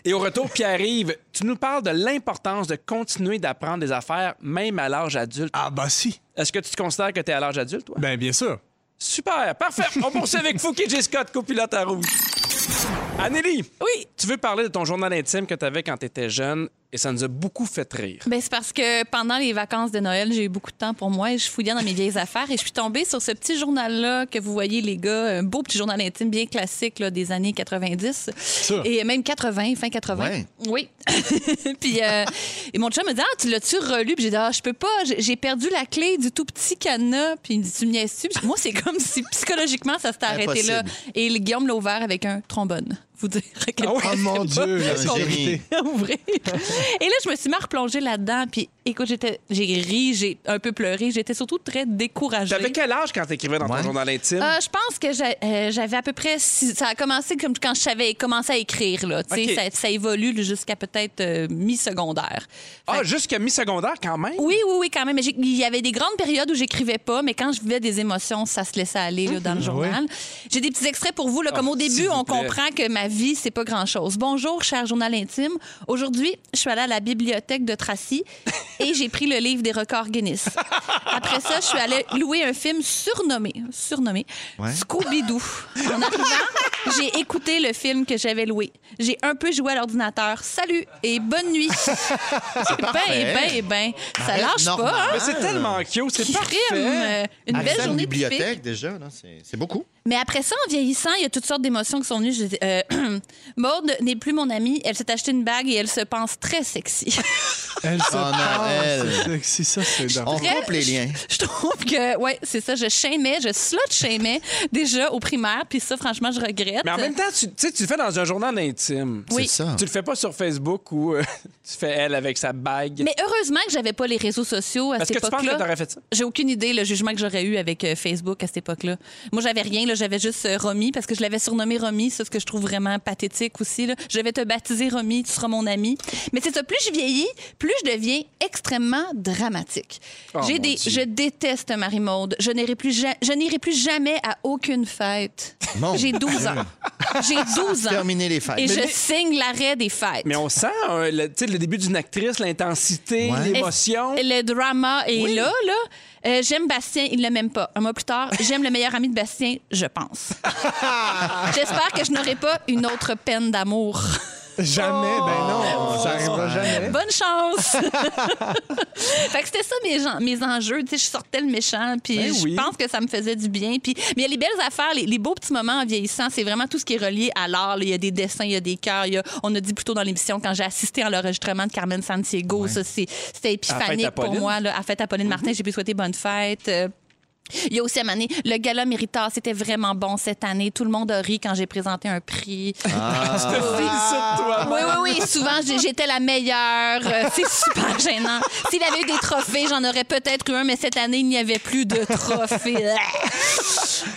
S2: Et au retour, Pierre-Yves, tu nous parles de l'importance de continuer d'apprendre des affaires, même à l'âge adulte.
S4: Ah, bah si.
S2: Est-ce que tu te considères que tu es à l'âge adulte, toi?
S4: Ben bien sûr.
S2: Super! Parfait! On poursuit avec Fouki J. Scott, copilote à rouge. Anneli!
S3: Oui.
S2: Tu veux parler de ton journal intime que tu avais quand tu étais jeune et ça nous a beaucoup fait rire.
S3: Ben, c'est parce que pendant les vacances de Noël, j'ai eu beaucoup de temps pour moi et je fouillais dans mes vieilles affaires et je suis tombée sur ce petit journal-là que vous voyez, les gars, un beau petit journal intime bien classique là, des années 90 et euh, même 80, fin 80.
S5: Ouais.
S3: Oui. puis euh, et mon chum me dit Ah, tu l'as-tu relu Puis j'ai dit Ah, je peux pas, j'ai- j'ai perdu la clé du tout petit cadenas. Puis il me dit Tu me niaises-tu Puis Moi, c'est comme si psychologiquement ça s'était arrêté là. Et le Guillaume l'a ouvert avec un trombone. Vous dire à quel point
S4: Oh mon Dieu, la sécurité.
S3: ouvrez. Et là, je me suis mal replongée là-dedans. Puis, écoute, j'étais, j'ai ri, j'ai un peu pleuré. J'étais surtout très découragée.
S2: T'avais quel âge quand t'écrivais dans ton
S5: Ouais.
S2: journal intime?
S3: Ah, je pense que j'a- euh, j'avais à peu près. six- ça a commencé comme quand je savais commencé à écrire. Là, Tu sais,
S2: OK.
S3: ça, ça évolue jusqu'à peut-être euh, mi-secondaire.
S2: ah,
S3: Fait que-
S2: jusqu'à mi-secondaire quand même?
S3: oui, oui, oui, quand même. Mais j'ai- Il y avait des grandes périodes où j'écrivais pas, mais quand je vivais des émotions, ça se laissait aller là, dans le journal. J'ai des petits extraits pour vous. Là, comme
S2: Mhm. Ah,
S3: au
S2: s'il
S3: début,
S2: vous
S3: on
S2: plaît.
S3: comprend que ma vie, c'est pas grand-chose. Bonjour, cher journal intime. Aujourd'hui, je suis allée à la bibliothèque de Tracy et j'ai pris le livre des records Guinness. Après ça, je suis allée louer un film surnommé, surnommé
S5: Ouais.
S3: Scooby-Doo. En arrivant, j'ai écouté le film que j'avais loué. J'ai un peu joué à l'ordinateur. Salut et bonne nuit. Ben,
S5: parfait.
S3: ben, ben, ça
S5: Arrête,
S3: lâche
S5: normal.
S3: pas, hein?
S2: Ah, Mais c'est tellement cute, c'est
S3: qui
S2: parfait!
S3: frime, euh, une
S5: Aller
S3: belle
S5: à une
S3: journée de
S5: bibliothèque,
S3: typique.
S5: déjà, là, c'est c'est beaucoup.
S3: Mais après ça, en vieillissant, il y a toutes sortes d'émotions qui sont venues. Je dis, euh, Maude n'est plus mon amie. Elle s'est acheté une bague et elle se pense très sexy.
S4: Elle se
S5: Oh non, elle.
S4: C'est ça, c'est
S5: On
S4: dingue.
S3: Très-
S5: coupe les liens.
S3: je trouve que, ouais, c'est ça. Je shameais, je slot shameais déjà au primaire. Puis ça, franchement, je regrette.
S2: Mais en même temps, tu, tu sais, tu le fais dans un journal intime.
S3: Oui.
S5: C'est ça.
S2: Tu le fais pas sur Facebook où euh, tu fais elle avec sa bague.
S3: Mais heureusement que j'avais pas les réseaux sociaux à
S2: Est-ce
S3: cette
S2: que tu penses que
S3: époque-là.
S2: t'aurais fait ça?
S3: J'ai aucune idée le jugement que j'aurais eu avec euh, Facebook à cette époque-là. Moi, j'avais rien, là, j'avais juste euh, Romy parce que je l'avais surnommé Romy, ça ce que je trouve vraiment pathétique aussi là. Je vais te baptiser Romy, tu seras mon ami. Mais c'est ça, plus je vieillis, plus je deviens extrêmement dramatique.
S2: Oh,
S3: J'ai
S2: mon
S3: des
S2: Dieu.
S3: je déteste Marie Maude, je n'irai plus ja- je n'irai plus jamais à aucune fête.
S5: Mon
S3: J'ai 12 ans. J'ai 12 ans.
S5: Terminer les fêtes.
S3: Et je
S5: Mais-
S3: signe l'arrêt des fêtes.
S2: Mais on sent euh, le, tu sais, le début d'une actrice, l'intensité,
S5: Ouais.
S2: l'émotion.
S3: Le drama est là, là. Euh, j'aime Bastien, il ne l'aime pas. Un mois plus tard, j'aime le meilleur ami de Bastien, je pense. J'espère que je n'aurai pas une autre peine d'amour.
S4: Jamais, ben non, ça arrivera jamais.
S3: Bonne chance! fait que c'était ça mes, gens- mes enjeux. Tu sais, je sortais le méchant, puis
S2: Ben
S3: je
S2: oui.
S3: pense que ça me faisait du bien. Puis, mais il y a les belles affaires, les, les beaux petits moments en vieillissant, c'est vraiment tout ce qui est relié à l'art. là. Il y a des dessins, il y a des cœurs. il y a- on a dit plus tôt dans l'émission, quand j'ai assisté à l'enregistrement de Carmen Santiago, ça, c'est- c'était épiphanique pour
S2: Apolline.
S3: moi. Là, à Fête
S2: Mm-hmm.
S3: Apolline Martin, j'ai pu souhaiter bonne fête. Euh, il y a aussi à un moment donné, le gala Méritas, c'était vraiment bon cette année. Tout le monde a ri quand j'ai présenté un prix.
S2: Ah.
S3: Oui, oui, oui. Souvent, j'ai- j'étais la meilleure. Euh, C'est super gênant. S'il avait eu des trophées, j'en aurais peut-être eu un, mais cette année, il n'y avait plus de trophées.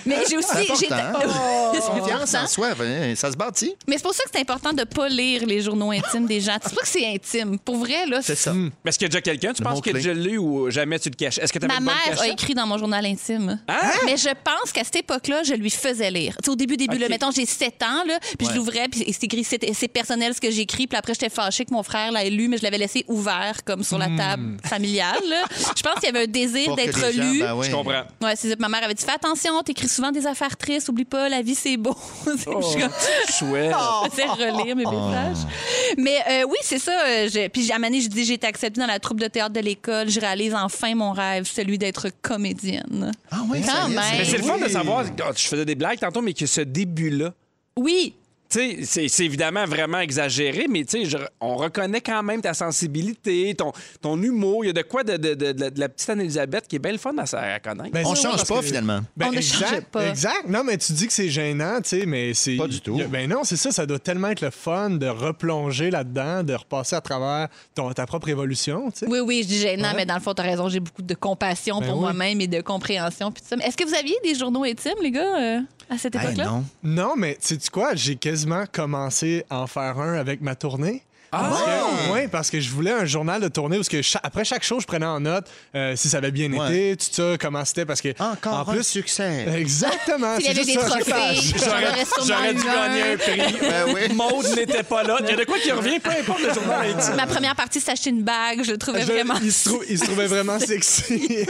S3: Mais j'ai aussi. j'ai-
S5: Important. hein?
S3: C'est
S5: Confiance
S3: important.
S5: en soi, ben, ça se bâtit.
S3: Mais c'est pour ça que c'est important de ne pas lire les journaux intimes des gens. C'est pas que c'est intime. Pour vrai, là,
S5: C'est ça.
S2: Mais est-ce qu'il y a déjà quelqu'un, tu penses
S5: mot
S2: que
S5: clé.
S2: je l'ai ou jamais tu le caches? Est-ce que tu
S3: Ma
S2: une bonne
S3: mère a
S2: cachette?
S3: écrit dans mon journal intime.
S2: Hein?
S3: Mais je pense qu'à cette époque-là, je lui faisais lire. Tu sais, au début, début, là,
S2: Ok.
S3: mettons, j'ai 7 ans, là, puis je l'ouvrais, puis c'est écrit, c'est c'est personnel ce que j'écris, puis après, j'étais fâchée que mon frère l'ait lu, mais je l'avais laissé ouvert, comme sur
S2: Hmm.
S3: la table familiale. là. Je pense qu'il y avait un désir
S5: Pour que
S3: d'être
S5: les gens-
S3: lu.
S5: ben oui.
S2: Je comprends.
S3: Ouais, c'est ça. Ma mère avait dit Fais attention, t'écris souvent des affaires tristes, oublie pas, la vie c'est beau. C'est-
S2: Oh.
S3: je suis comme-
S2: Chouette.
S3: je faisais relire mes messages. Mais euh, oui, c'est ça. euh, je- Puis à un moment donné, je dis j'ai été acceptée dans la troupe de théâtre de l'école. Je réalise enfin mon rêve, celui d'être comédienne.
S5: Ah oui,
S3: Quand
S5: ça y est,
S3: même.
S2: Mais c'est le
S3: ben Oui.
S2: fun de savoir, oh, je faisais des blagues tantôt, mais que ce début-là,
S3: Oui,
S2: tu sais, c'est- c'est évidemment vraiment exagéré, mais tu sais, je- on reconnaît quand même ta sensibilité, ton, ton humour. Il y a de quoi de, de- de- de la- de la petite Anne-Elisabeth qui est belle fun à, se- à connaître.
S4: Ben,
S5: On
S4: ça,
S5: change
S4: parce
S5: pas,
S4: que-
S5: finalement.
S3: On ne
S4: Ben, exact,
S3: change pas.
S4: Exact. Non, mais tu dis que c'est gênant, tu sais, mais c'est.
S5: Pas du tout.
S4: Y a- Ben non, c'est ça, ça doit tellement être le fun de replonger là-dedans, de repasser à travers ton, ta propre évolution, tu sais.
S3: oui, oui, je dis gênant, mais dans le fond, t'as raison. J'ai beaucoup de compassion
S4: Ben
S3: pour
S4: oui.
S3: moi-même et de compréhension. puis tout ça. Mais Est-ce que vous aviez des journaux intimes, les gars, euh, à cette
S5: Eh,
S3: époque-là?
S5: non.
S4: Non, mais sais tu quoi, j'ai quasiment commencé à en faire un avec ma tournée.
S5: Ah!
S4: Parce que, ouais, parce que je voulais un journal de tournée parce que cha- après chaque show, je prenais en note euh, si ça avait bien
S5: Ouais.
S4: été, tout ça, comment c'était, parce que
S5: Encore
S4: en
S5: un
S4: plus,
S5: succès.
S4: exactement.
S3: S'il y
S4: c'est
S3: avait des
S4: juste ça, chaque page.
S3: trophées, j'aurais
S2: J'aurais dû gagner un prix.
S5: Ben oui.
S2: Maude n'était pas là. Il y a de quoi qui revient, peu importe le journal intime.
S3: Ma première partie, c'est acheter une bague. Je le trouvais
S4: Je-
S3: vraiment.
S4: il, se trou- il se trouvait vraiment sexy.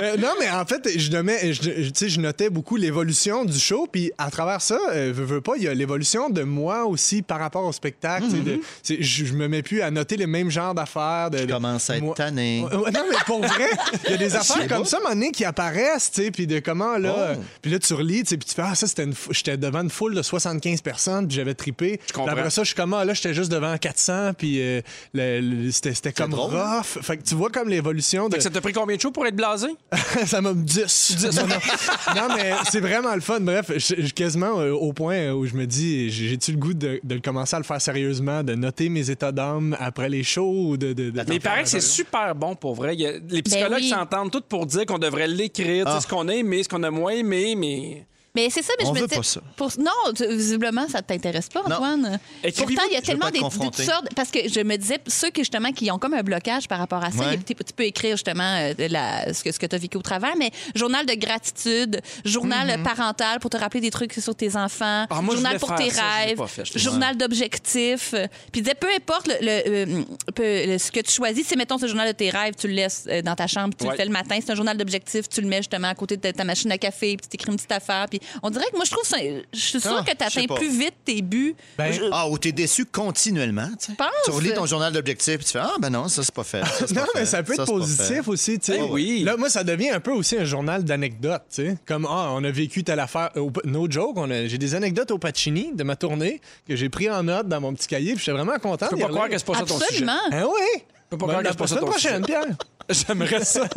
S4: Euh, non, mais en fait, je, nommais- je, je- tu sais, je notais beaucoup l'évolution du show. Puis à travers ça, euh, veux, veux pas, il y a l'évolution de moi aussi par rapport au spectacle. tu sais, de- c'est- je, je me mets plus à noter les mêmes genres d'affaires. De, de-
S5: commence à être
S4: moi-
S5: tanné.
S4: Ouais, ouais, non, mais pour vrai, il y a des affaires comme ça, à un moment donné, qui apparaissent, tu sais, puis de comment, là, euh,
S5: Oh.
S4: puis là, tu relis, tu sais, puis tu fais, ah, ça, c'était une fou- j'étais devant une foule de 75 personnes, puis j'avais trippé. Puis
S2: comprends.
S4: après ça, je suis comme, ah, là, j'étais juste devant 400, puis euh, le- le- c'était c'était comme
S5: drôle.
S4: rough. Fait que tu vois comme l'évolution de.
S2: Ça t'a pris combien de jours pour être blasé?
S4: ça m'a 10. Non, non. Non, mais c'est vraiment le fun. Bref, je je suis quasiment euh, au point où je me dis, j'ai- j'ai-tu le goût de, de commencer à le faire sérieusement, de noter mes états d'âme après les shows ou de. de- de-
S2: Mais il paraît que c'est super bon pour vrai. Il y a- Les psychologues
S3: Ben oui.
S2: s'entendent tous pour dire qu'on devrait l'écrire, tu sais,
S5: Ah.
S2: ce qu'on a aimé, ce qu'on a moins aimé, mais.
S3: Mais c'est ça, mais
S5: On
S3: je me
S5: veut
S3: disais-
S5: pas ça.
S3: pour- Non, tu- visiblement, ça t'intéresse pas,
S5: Non.
S3: Antoine.
S2: Écrivez-vous.
S3: Pourtant, il y a
S5: veux
S3: tellement
S5: pas te
S3: des, des
S5: confronter.
S3: toutes sortes. Parce que je me disais, ceux qui, justement, qui ont comme un blocage par rapport à ça,
S5: Ouais.
S3: il y a- tu, tu peux écrire, justement, euh, de la- ce que, ce que tu as vécu au travers, mais journal de gratitude, journal
S5: Mm-hmm.
S3: parental pour te rappeler des trucs sur tes enfants,
S2: Ah, moi, je
S3: journal
S2: voulais
S3: pour
S2: faire
S3: tes
S2: ça, je l'ai
S3: rêves,
S2: pas fait, je te
S3: journal d'objectifs. euh, Puis il disait, peu importe le, le, euh, peu- le- ce que tu choisis, c'est, mettons, ce journal de tes rêves, tu le laisses euh, dans ta chambre, tu
S2: Ouais.
S3: le fais le matin. C'est un journal d'objectifs, tu le mets justement à côté de ta- ta machine à café, puis tu t'écris une petite affaire. Puis on dirait que moi, je trouve ça. Je suis sûre
S5: Ah,
S3: que tu
S5: je sais
S3: atteins
S5: pas.
S3: plus vite tes buts.
S4: Ben,
S5: Ah, ou t'es déçu continuellement. Tu sais.
S3: Pense.
S5: Tu relis ton journal d'objectifs puis tu fais Ah, ben non, ça, c'est pas fait. Ça, c'est
S4: Non,
S5: pas
S4: mais
S5: fait.
S4: ça peut être
S5: c'est pas
S4: positif
S5: fait. Ben
S4: aussi, tu sais.
S2: Eh oui.
S4: Là, moi, ça devient un peu aussi un journal d'anecdotes, tu sais. Comme, ah, on a vécu telle affaire. Au- No joke, on a- j'ai des anecdotes au Pacini de ma tournée que j'ai pris en note dans mon petit cahier, puis j'étais vraiment content.
S2: Je peux
S4: d'y
S2: pas
S4: relire.
S2: croire que c'est pas ça ton sujet.
S3: Absolument.
S4: Hein, oui?
S2: peux pas croire que c'est pas ça ton
S4: prochaine, Pierre.
S2: J'aimerais ça.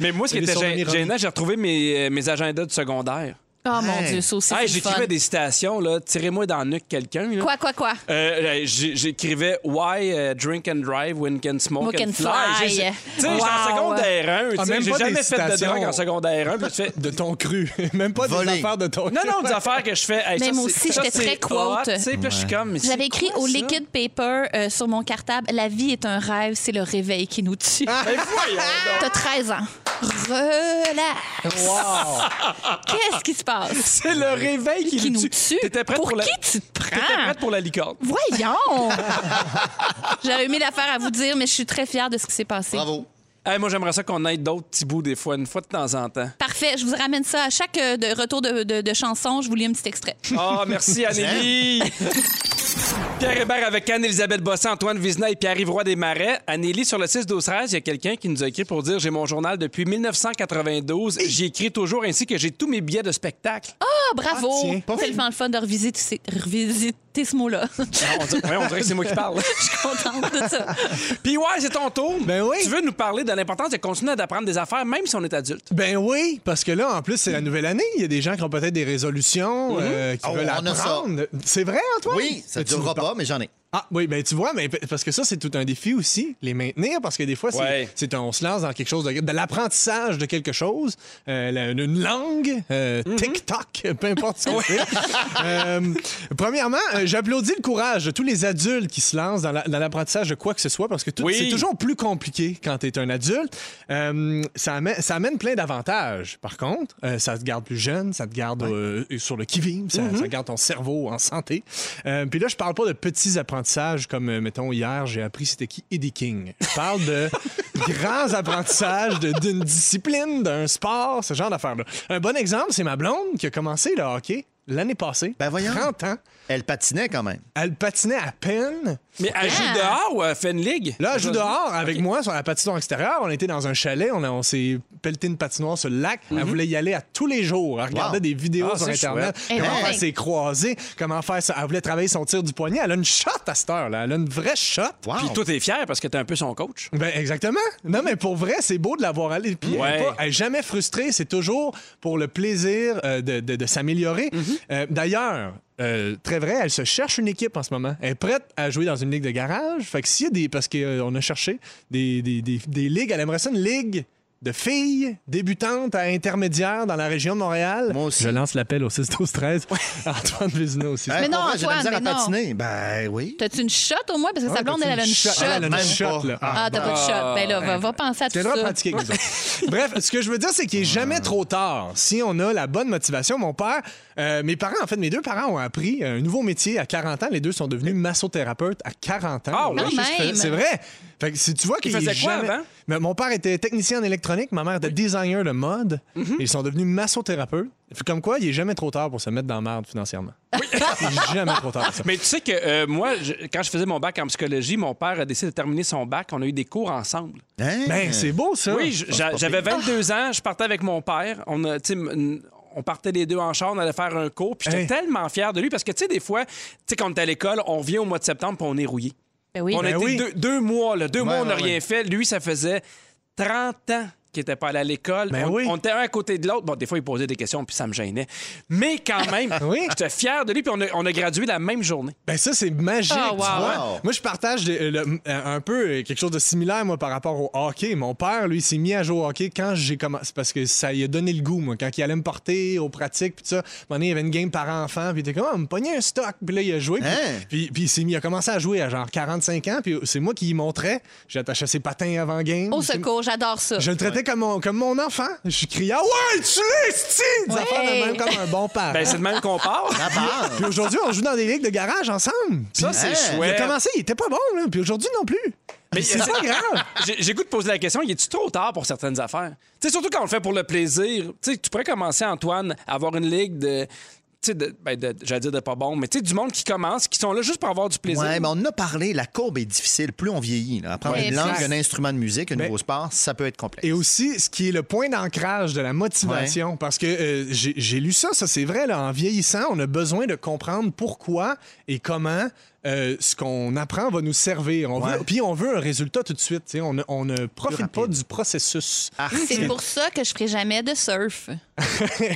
S2: Mais moi, ce qui
S4: Les
S2: était gê-
S4: souvenirs
S2: gênant, j'ai retrouvé mes, euh, mes agendas de secondaire.
S3: Oh mon
S5: Hey.
S3: Dieu, ça aussi.
S2: Hey,
S3: c'est le fun.
S2: J'écrivais des citations, là. Tirez-moi dans le nuque quelqu'un. là.
S3: Quoi, quoi, quoi?
S2: Euh, j'ai- J'écrivais Why euh, drink and drive when can smoke
S3: Smoke
S2: and
S3: and
S2: fly.
S3: fly.
S2: J'ai- j'ai- Tu sais,
S3: Wow.
S2: j'étais en secondaire 1.
S4: Ah,
S2: tu sais,
S4: même
S2: J'ai
S4: pas des
S2: jamais fait de
S4: citations.
S2: drogue en secondaire 1. Puis tu fais.
S4: De ton cru. Même pas
S5: Voler.
S4: des affaires de ton
S2: Non, non, des affaires que je fais. Hey,
S3: Mais
S2: ça,
S3: moi
S2: c'est-
S3: aussi,
S2: ça,
S3: j'étais
S2: c'est
S3: très
S2: hot,
S3: quote.
S2: tu sais, puis là, je suis comme. mais c'est
S3: J'avais écrit
S2: quoi,
S3: au
S2: ça?
S3: liquid paper euh, sur
S2: Ah.
S3: mon cartable La vie est un rêve, c'est le réveil qui nous tue. Ah!
S2: Ben voyons donc.
S3: T'as 13 ans. relax. Qu'est-ce qui se passe?
S2: C'est le réveil qui,
S3: Qui
S2: le
S3: nous tue.
S2: T'étais prête
S3: Pour
S2: pour, la...
S3: qui tu te prends?
S2: T'étais prête pour la licorne.
S3: Voyons! J'aurais aimé l'affaire à vous dire, mais je suis très fière de ce qui s'est passé.
S5: Bravo.
S2: Hey, moi, j'aimerais ça qu'on aide d'autres petits bouts des fois, une fois de temps en temps.
S3: Parfait, je vous ramène ça à chaque euh, de- retour de, de- de chanson. Je vous lis un petit extrait.
S2: Ah, merci, Anélie! Pierre Hébert avec Anne-Elisabeth Bossé, Antoine Vizna et Pierre-Yves Roy des Marais. Anélie, sur le 6-12-13, il y a quelqu'un qui nous a écrit pour dire J'ai mon journal depuis 1992. J'y écris toujours ainsi que j'ai tous mes billets de spectacle.
S3: Ah, bravo!
S4: tiens, pas
S3: Tellement le fun de revisiter, ces- revisiter ce mot-là. je suis
S2: on, dirait, ouais, on dirait que c'est moi qui parle.
S3: contente de ça.
S2: Puis ouais, c'est ton tour.
S4: Ben oui.
S2: Tu veux nous parler de l'importance de continuer d'apprendre des affaires, même si on est adulte.
S4: Ben oui, parce que là, en plus, c'est la nouvelle année. Il y a des gens qui ont peut-être des résolutions, euh, qui
S5: Oh,
S4: veulent
S5: on a ça.
S4: apprendre. C'est vrai, Antoine?
S5: Oui, ça ne
S4: Mais tu
S5: durera
S4: nous par-
S5: pas, mais j'en ai.
S4: Ah oui, ben tu vois, mais p- parce que ça, c'est tout un défi aussi, les maintenir, parce que des fois, c'est,
S2: Ouais.
S4: c'est un- on se lance dans quelque chose, de, de l'apprentissage de quelque chose, euh, la- une langue, euh,
S2: Mm-hmm.
S4: TikTok, peu importe ce que c'est. Euh, premièrement, euh, j'applaudis le courage de tous les adultes qui se lancent dans, la- dans l'apprentissage de quoi que ce soit, parce que tout-
S2: Oui.
S4: c'est toujours plus compliqué quand tu es un adulte. Euh, ça, amène, ça amène plein d'avantages, par contre. Euh, ça te garde plus jeune, ça te garde euh, sur le qui-vive, ça,
S5: Mm-hmm.
S4: ça garde ton cerveau en santé. Euh, Puis là, je parle pas de petits apprentissages comme, euh, mettons, hier, j'ai appris c'était qui Eddie King. Je parle de grands apprentissages de- d'une discipline, d'un sport, ce genre d'affaires-là. Un bon exemple, c'est ma blonde qui a commencé le hockey l'année passée.
S5: Ben voyons.
S4: 30 ans.
S5: Elle patinait quand même.
S4: Elle patinait à peine.
S2: Mais elle joue dehors ou elle fait une ligue?
S4: Là, elle joue dehors avec moi sur la patinoire extérieure. On était dans un chalet. On, a- on s'est pelleté une patinoire sur le lac. Elle voulait y aller à tous les jours. Elle regardait
S5: Wow.
S4: des vidéos
S2: Ah,
S4: sur
S2: c'est
S4: Internet.
S3: chouette.
S4: Comment
S3: Eh
S4: faire
S3: ben.
S4: ses croisés. Comment faire ça. Elle voulait travailler son tir du poignet. Elle a une shot à cette heure-là. Elle a une vraie shot.
S5: Wow.
S2: Puis toi, t'es fier parce que t'es un peu son coach.
S4: Ben exactement. Non mais pour vrai, c'est beau de l'avoir allé. Puis elle, est
S2: Ouais.
S4: pas- elle est jamais frustrée. C'est toujours pour le plaisir euh, de, de- de s'améliorer.
S5: Mhm.
S4: Euh, D'ailleurs. euh, très vrai, elle se cherche une équipe en ce moment. Elle est prête à jouer dans une ligue de garage. Fait que s'il y a des. Parce qu'on a cherché des, des- des- des ligues. Elle aimerait ça une ligue de filles débutantes à intermédiaires dans la région de Montréal.
S5: Moi aussi.
S4: Je lance l'appel au 6-12-13. Antoine Vézina aussi.
S5: Hey,
S3: Mais
S5: pour
S3: non,
S5: vrai, j'ai de la
S3: Antoine,
S5: misère à
S3: mais non.
S5: patiner. Ben oui.
S3: T'as-tu une shot au moins? Parce que sa blonde, elle, elle a une shot.
S4: Elle a Ah, une
S5: Même
S4: shot,
S5: pas.
S4: là.
S3: Ah, t'as
S4: ben.
S3: pas de shot. Ben là, va, va penser à tout
S4: Tu viendras
S3: ça.
S4: pratiquer avec nous autres. Bref, ce que je veux dire, c'est qu'il n'est jamais trop tard si on a la bonne motivation. Mon père, euh, mes parents, en fait, mes deux parents ont appris un nouveau métier à 40 ans. Les deux sont devenus massothérapeutes à 40 ans.
S2: Ah,
S4: On l'a
S2: quand
S4: juste fait.
S3: même.
S4: C'est vrai. Fait que si tu vois qu'ils
S2: faisaient quoi avant?
S4: Mais Ben, mon père était technicien en électronique, ma mère était designer de mode.
S2: Mm-hmm.
S4: Ils sont devenus massothérapeutes. Fait Comme quoi, il est jamais trop tard pour se mettre dans la merde financièrement. Il est jamais trop tard. pour ça.
S2: Mais tu sais que euh, moi, je- quand je faisais mon bac en psychologie, mon père a décidé de terminer son bac. On a eu des cours ensemble.
S5: Hein?
S4: Ben, c'est beau, ça.
S2: Oui, je- j'a-
S5: pas
S2: j'avais 22 ans, je partais avec mon père. On, a, tu sais, m- n- on partait les deux en char, on allait faire un cours. Puis j'étais
S4: Hey.
S2: tellement fier de lui parce que, tu sais, des fois, tu sais, quand on est à l'école, on vient au mois de septembre puis on est rouillé.
S3: Ben oui.
S2: on a
S4: Ben
S2: été
S4: oui. Ben
S2: deux, deux mois, là, deux mois, on n'a
S5: ouais,
S2: rien
S5: ouais.
S2: fait. Lui, ça faisait 30 ans qu'il n'était pas allé à l'école.
S4: Ben
S2: on,
S4: oui.
S2: on était un à côté de l'autre. Bon, des fois, il posait des questions, puis ça me gênait. Mais quand même,
S4: Oui.
S2: j'étais fier de lui, puis on a, on a gradué la même journée.
S4: Ben ça, c'est magique,
S3: Ah,
S4: tu
S3: wow.
S4: vois.
S5: Wow.
S4: Moi, je partage euh, le- euh, un peu euh, quelque chose de similaire, moi, par rapport au hockey. Mon père, lui, s'est mis à jouer au hockey quand j'ai commencé, parce que ça lui a donné le goût, moi, quand il allait me porter aux pratiques, puis tout ça. À un moment donné, il y avait une game par enfant, puis il était comme, ah, me pogner un stock. Puis là, il a joué, puis-
S5: Hein?
S4: puis, puis il s'est mis, il a commencé à jouer à genre 45 ans, puis c'est moi qui y montrais. J'attachais ses patins avant game.
S3: Au
S4: C'est-
S3: secours, j'adore ça.
S4: Je le traitais comme, mon, comme mon enfant. Je criais, ah ouais, tu l'es, sti! Des
S3: Ouais.
S4: affaires de même comme un bon père.
S2: Ben, c'est de même qu'on part.
S5: Ah, bah.
S4: Puis aujourd'hui, on joue dans des ligues de garage ensemble.
S2: Ça, c'est
S5: Hein?
S4: Il a
S2: chouette.
S4: commencé, il était pas bon, là. Puis aujourd'hui non plus. Mais c'est
S2: euh,
S4: pas grave.
S2: J'ai j'ai goût de poser la question, y est-tu trop tard pour certaines affaires? Tu sais, surtout quand on le fait pour le plaisir. Tu sais, tu pourrais commencer, Antoine, à avoir une ligue de. Tu sais, de, ben de- j'allais dire de pas bon, mais tu sais, du monde qui commence, qui sont là juste pour avoir du plaisir.
S5: Ouais, mais on en a parlé, la courbe est difficile. Plus on vieillit, là. apprendre
S3: Ouais,
S5: une langue,
S3: plus-
S5: un instrument de musique, un
S4: Mais-
S5: nouveau sport, ça peut être complexe.
S4: Ben, Et aussi, ce qui est le point d'ancrage de la motivation, parce que euh, j'ai j'ai lu ça, ça c'est vrai, là, en vieillissant, on a besoin de comprendre pourquoi et comment euh, ce qu'on apprend va nous servir. On veut- puis on veut un résultat tout de suite. tu sais. On, ne- on ne profite pas
S5: rapide.
S4: du processus.
S5: Ah,
S3: C'est pour ça que je ferai jamais de surf.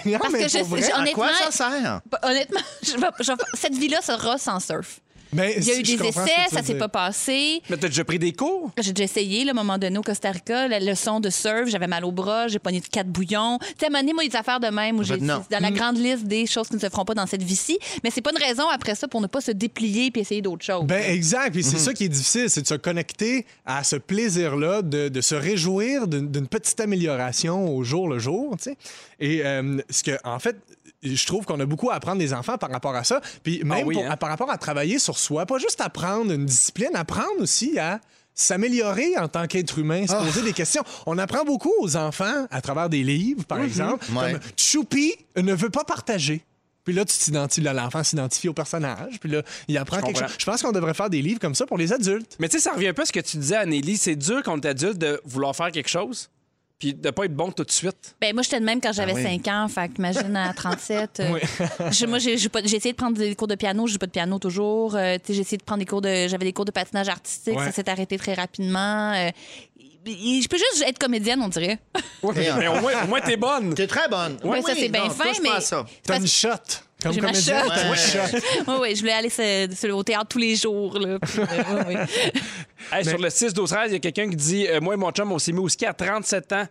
S4: Non,
S3: Parce
S4: mais
S3: que je-
S4: pour vrai, ah,
S3: j'en ai-
S5: à quoi
S3: honnêtement-
S5: ça sert?
S3: Bah, Honnêtement, je vais- je vais- cette vie-là sera sans surf.
S4: Mais
S3: Il y a eu
S4: je
S3: des
S4: comprends ce que
S3: essais,
S4: tu veux
S3: ça s'est
S4: dire.
S3: pas passé.
S2: Mais t'as déjà pris des cours?
S3: J'ai déjà essayé, là, à un moment donné, au Costa Rica, la leçon de surf, j'avais mal au bras, j'ai pogné de quatre bouillons. Tu sais, à un moment donné, moi, des affaires de même où j'ai
S5: Non.
S3: c'est dans la grande liste des choses qui ne se feront pas dans cette vie-ci. Mais c'est pas une raison après ça pour ne pas se déplier puis essayer d'autres choses.
S4: Ben exact, puis c'est
S2: Mm-hmm.
S4: ça qui est difficile, c'est de se connecter à ce plaisir-là, de, de se réjouir d'une d'une petite amélioration au jour le jour, tu sais. Et euh, ce que, en fait, je trouve qu'on a beaucoup à apprendre des enfants par rapport à ça, puis même
S2: oui,
S4: pour-
S2: hein?
S4: par rapport à travailler sur soi, pas juste apprendre une discipline, apprendre aussi à s'améliorer en tant qu'être humain,
S2: Ah.
S4: se poser des questions. On apprend beaucoup aux enfants à travers des livres,
S2: Mm-hmm.
S4: par exemple,
S5: Ouais.
S4: comme Choupi ne veut pas partager. Puis là, tu t'identifies, là, l'enfant s'identifie au personnage, puis là, il apprend
S2: Je
S4: quelque
S2: comprends.
S4: chose. Je pense qu'on devrait faire des livres comme ça pour les adultes.
S2: Mais tu sais, ça revient un peu à ce que tu disais, Anélie. C'est dur quand t'es adulte de vouloir faire quelque chose, puis de pas être bon tout de suite.
S3: Ben, moi, j'étais de même quand j'avais
S5: Ah oui.
S3: 5 ans. Fait qu'imagine à 37. euh,
S4: Oui.
S3: je- moi, j'ai j'ai pas- j'ai essayé de prendre des cours de piano. J'ai pas de piano toujours. Euh, tu sais, j'ai essayé de prendre des cours de. J'avais des cours de patinage artistique.
S4: Ouais.
S3: Ça s'est arrêté très rapidement. Euh, y- y- je peux juste être comédienne, on dirait.
S5: Et en-
S2: Mais au moins, au moins t'es bonne.
S5: T'es très bonne.
S3: Ouais, ça, c'est bien
S5: non, toi,
S3: fin,
S5: je
S3: mais-
S5: pense ça.
S4: T'as
S3: Parce-
S4: une shot. Comme
S3: J'ai ma
S4: comédien,
S3: shot.
S4: t'as une
S5: Ouais.
S4: shot.
S3: Oui, oui, je voulais aller se- se- au théâtre tous les jours. Là, puis, euh, ouais, ouais.
S2: Hey, Sur le 6, 12, 13, il y a quelqu'un qui dit euh, Moi et mon chum, on s'est mis au ski à 37 ans.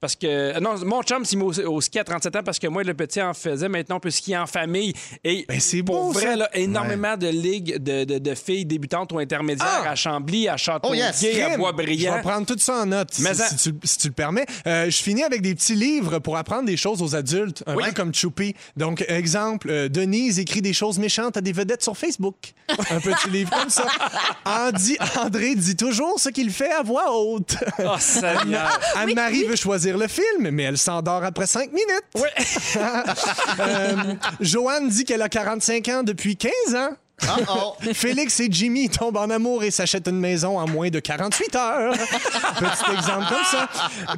S2: Parce que. euh, Non, mon chum s'est mis au, au ski à 37 ans parce que moi, le petit en faisait. Maintenant, on peut skier en famille. Et
S4: Ben, c'est
S2: pour
S4: beau,
S2: vrai,
S4: ça.
S2: là, énormément de ligues de, de- de filles débutantes ou intermédiaires
S4: Ah!
S2: à Chambly, à
S5: Oh,
S2: Châteauguay,
S5: yes,
S2: à
S4: Crime. Je
S2: Boisbriand.
S4: vais prendre tout ça en note, si,
S2: Mais ça-
S4: si tu, si tu le permets. Euh, je finis avec des petits livres pour apprendre des choses aux adultes, un
S5: Oui.
S4: peu comme Choupi. Donc, exemple, euh, Denise écrit des choses méchantes à des vedettes sur Facebook. un petit livre comme ça. Andy- André dit toujours ce qu'il fait à voix haute.
S2: Oh, Seigneur.
S3: Ah
S4: Anne-Marie veut choisir le film, mais elle s'endort après 5 minutes. Euh, Joanne dit qu'elle a 45 ans depuis 15 ans.
S5: Ah, oh.
S4: Félix et Jimmy tombent en amour et s'achètent une maison en moins de 48 heures. Petit exemple comme ça.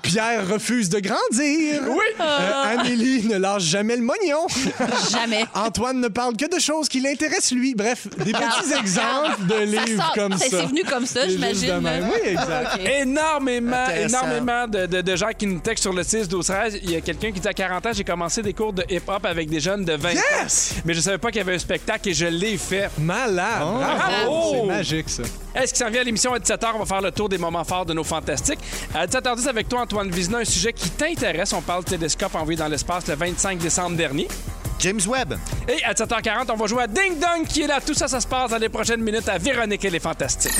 S4: Pierre refuse de grandir. Oui. Amélie ne lâche jamais le mognon.
S3: Jamais.
S4: Antoine ne parle que de choses qui l'intéressent lui. Bref, des petits exemples de
S3: Ah. Ça
S4: livres
S3: sort-
S4: comme ça.
S3: c'est- C'est venu comme ça,
S4: C'est juste de
S3: j'imagine.
S4: même.
S3: là.
S4: Oui, exact.
S2: Énormément,
S5: Intéressant.
S2: énormément de, de- de gens qui nous textent sur le 6, 12, 13. Il y a quelqu'un qui dit à 40 ans, j'ai commencé des cours de hip-hop avec des jeunes de 20
S4: Yes!
S2: ans. Mais je savais pas qu'il y avait un spectacle et je l'ai fait.
S4: Malade.
S3: Oh.
S4: Bravo.
S2: Bravo.
S4: Ah, C'est magique, ça.
S2: Est-ce qu'il s'en vient à l'émission à 17h? On va faire le tour des moments forts de nos fantastiques. À 17h10 avec toi, Antoine Vizina, un sujet qui t'intéresse. On parle de télescope envoyé dans l'espace le 25 décembre dernier.
S5: James Webb.
S2: Et à 17h40, on va jouer à Ding Dong qui est là. Tout ça, ça se passe dans les prochaines minutes à Véronique et les Fantastiques.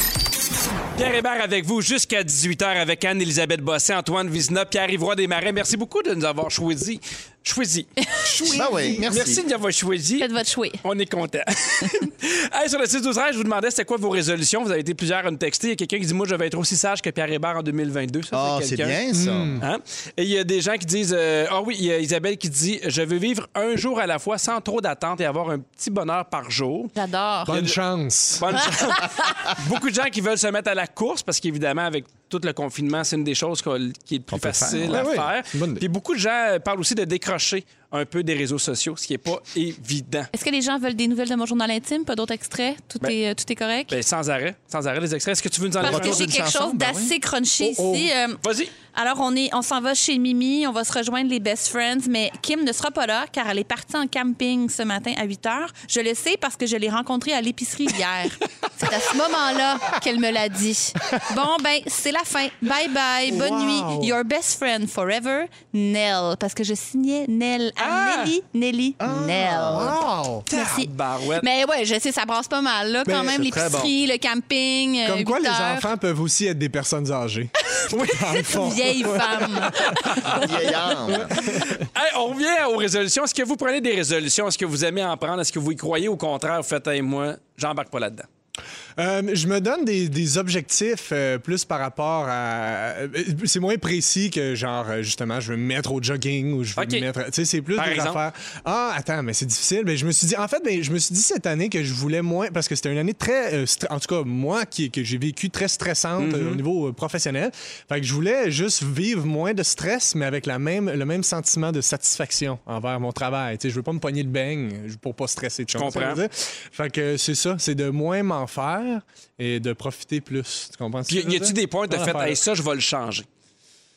S2: Pierre Hébert avec vous jusqu'à 18h avec Anne-Elisabeth Bossé, Antoine Vizina, Pierre-Yvroy Desmarais. Merci beaucoup de nous avoir choisis. Choisis.
S5: Ben oui, merci.
S2: Merci de nous avoir choisis.
S3: Faites votre chouet.
S2: On est content. Hey, sur le 6 12 13, je vous demandais c'était quoi vos résolutions. Vous avez été plusieurs à nous texter. Il y a quelqu'un qui dit Moi, je vais être aussi sage que Pierre Hébert en 2022. Ça,
S5: Ah, c'est
S2: quelqu'un.
S5: bien ça.
S4: Hmm.
S2: Hein? Et il y a des gens qui disent euh, Ah oui, il y a Isabelle qui dit Je veux vivre un jour à la fois sans trop d'attente et avoir un petit bonheur par jour.
S3: J'adore.
S4: Bonne chance.
S2: Bonne chance. Beaucoup de gens qui veulent se mettre à la course parce qu'évidemment, avec tout le confinement, c'est une des choses qu'on- qui est le plus facile
S4: faire.
S2: à
S4: Ah oui,
S2: faire.
S4: c'est une bonne idée.
S2: Puis beaucoup de gens euh, parlent aussi de décrocher un peu des réseaux sociaux, ce qui n'est pas évident.
S3: Est-ce que les gens veulent des nouvelles de mon journal intime, pas d'autres extraits? Tout,
S2: Ben-
S3: est, euh, tout est correct?
S2: Ben, sans arrêt, sans arrêt, les extraits. Est-ce que tu veux nous en
S3: Parce
S2: lire un
S3: que
S2: autre?
S3: j'ai
S5: d'une
S3: quelque
S5: chanson,
S3: chose
S5: ben oui.
S3: d'assez crunchy
S4: Oh, oh.
S3: ici. Euh,
S2: Vas-y.
S3: alors, on est, on s'en va chez Mimi, on va se rejoindre les best friends, mais Kim ne sera pas là car elle est partie en camping ce matin à 8 h. Je le sais parce que je l'ai rencontrée à l'épicerie hier. c'est à ce moment-là qu'elle me l'a dit. Bon, ben, c'est la fin. Bye bye, bonne
S4: Wow.
S3: nuit. Your best friend forever, Nell. Parce que je signais Nell. À Nelly, Nelly, Nell.
S4: Ah! Wow.
S3: Merci.
S2: Tabarouette.
S3: Mais ouais, je sais, ça brasse pas mal, là, quand
S4: Mais
S3: même,
S5: c'est très
S3: l'épicerie, le camping. euh,
S4: Comme quoi,
S3: huit
S4: les
S3: heures.
S4: enfants peuvent aussi être des personnes âgées. oui, dans le fond.
S3: Vieille femme.
S5: Vieille âme.
S2: Hey, on revient aux résolutions. Est-ce que vous prenez des résolutions? Est-ce que vous aimez en prendre? Est-ce que vous y croyez? Au contraire, vous faites, Hey, moi, j'embarque pas là-dedans.
S4: Euh, je me donne des, des objectifs euh, plus par rapport à. euh, C'est moins précis que genre, euh, justement, je veux me mettre au jogging ou je veux
S2: Ok.
S4: me mettre. Tu sais, c'est plus
S2: Par
S4: des
S2: exemple?
S4: affaires. Ah, attends, mais c'est difficile. Mais je me suis dit, en fait, ben, je me suis dit cette année que je voulais moins. Parce que c'était une année très. euh, stre- en tout cas, moi, qui, que j'ai vécu très stressante euh,
S2: Mhm.
S4: au niveau euh, professionnel. Fait que je voulais juste vivre moins de stress, mais avec la même, le même sentiment de satisfaction envers mon travail. Tu sais, je veux pas me pogner le beigne euh, pour pas stresser. Tu
S2: Je
S4: comprends ce que
S2: comprends.
S4: veux dire? Fait que c'est ça, c'est de moins m'en faire et de profiter plus. Tu comprends? ce
S2: Puis
S4: que je
S2: y
S4: veux
S2: a-tu
S4: dire?
S2: des points de
S4: Bonne
S2: fait,
S4: affaire.
S2: hey, ça, je vais le changer?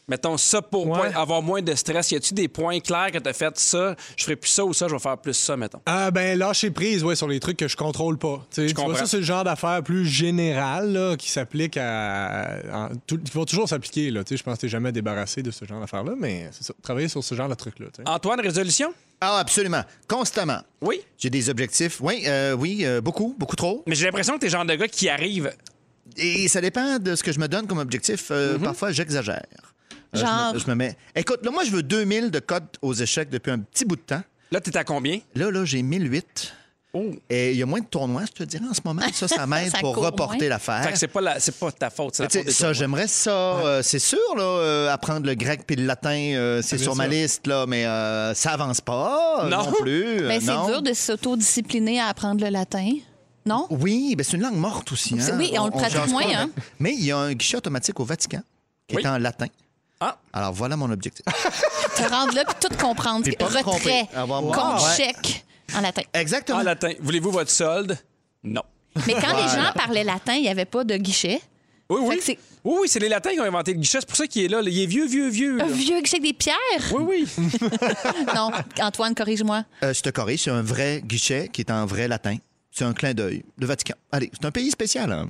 S2: mettons, ça pour
S4: Ouais.
S2: point- avoir moins de stress? Y a-tu des points clairs que t'as fait ça, je ferai plus ça ou ça, je vais faire plus ça, mettons?
S4: Ah ben lâcher prise ouais sur les trucs que je contrôle pas. Tu sais, tu vois
S2: comprends.
S4: ça c'est le genre d'affaires plus générale là, qui s'applique à, à- tout- qui vont toujours s'appliquer là. Tu sais, je pense que t'es jamais débarrassé de ce genre d'affaires là, mais c'est ça, travailler sur ce genre de trucs là.
S2: Antoine, résolution?
S5: Ah, absolument. Constamment.
S2: Oui.
S5: J'ai des objectifs. Oui, euh, oui, euh, beaucoup, beaucoup trop.
S2: Mais j'ai l'impression que t'es le genre de gars qui arrive.
S5: Et ça dépend de ce que je me donne comme objectif.
S4: Mm-hmm.
S5: Euh, Parfois, j'exagère. Euh, je me-
S3: Genre?
S5: je, me mets. Écoute, là, moi, je veux 2000 de codes aux échecs depuis un petit bout de temps.
S2: Là, t'es à combien?
S5: Là, là, j'ai 1008.
S2: Oh.
S5: Et il y a moins de tournois, je te dirais, en ce moment. Ça, ça m'aide
S3: Ça
S5: pour
S3: court
S5: reporter
S3: moins.
S5: l'affaire.
S2: Fait que c'est pas, la- c'est pas ta faute, c'est la
S5: Ah. Tu sais,
S2: faute des
S5: ça,
S2: tournois.
S5: j'aimerais ça. euh, c'est sûr, là, euh, apprendre le grec puis le latin, euh, c'est
S4: bien
S5: sur ma
S4: ça.
S5: liste, là, mais euh, ça avance pas euh,
S2: Non.
S5: non, plus. euh,
S3: Ben, c'est
S5: non.
S3: dur de s'autodiscipliner à apprendre le latin. Non?
S5: Oui, ben, c'est une langue morte aussi. hein.
S3: Oui, on le pratique
S5: jase pas
S3: moins,
S5: avec.
S3: hein.
S5: Mais il y a un guichet automatique au Vatican qui
S2: Oui.
S5: est en latin.
S2: Ah.
S5: Alors voilà mon objectif.
S3: Te rendre là puis tout comprendre.
S5: Puis pas me
S3: Retrait,
S5: tromper, avoir mon-
S3: compte
S5: Ouais.
S3: chèque en latin.
S5: Exactement.
S2: En Ah, latin. Voulez-vous votre solde? Non.
S3: Mais quand les gens parlaient latin, il n'y avait pas de guichet.
S2: Oui,
S3: Fait
S2: oui.
S3: que c'est-
S2: Oui, oui, c'est les Latins qui ont inventé le guichet. C'est pour ça qu'il est là. là. Il est vieux, vieux, vieux. là.
S3: Un vieux guichet avec des pierres?
S2: Oui, oui.
S3: Non, Antoine, corrige-moi.
S5: Euh, je te corrige, c'est un vrai guichet qui est en vrai latin. C'est un clin d'œil. Le Vatican. Allez, c'est un pays spécial. hein.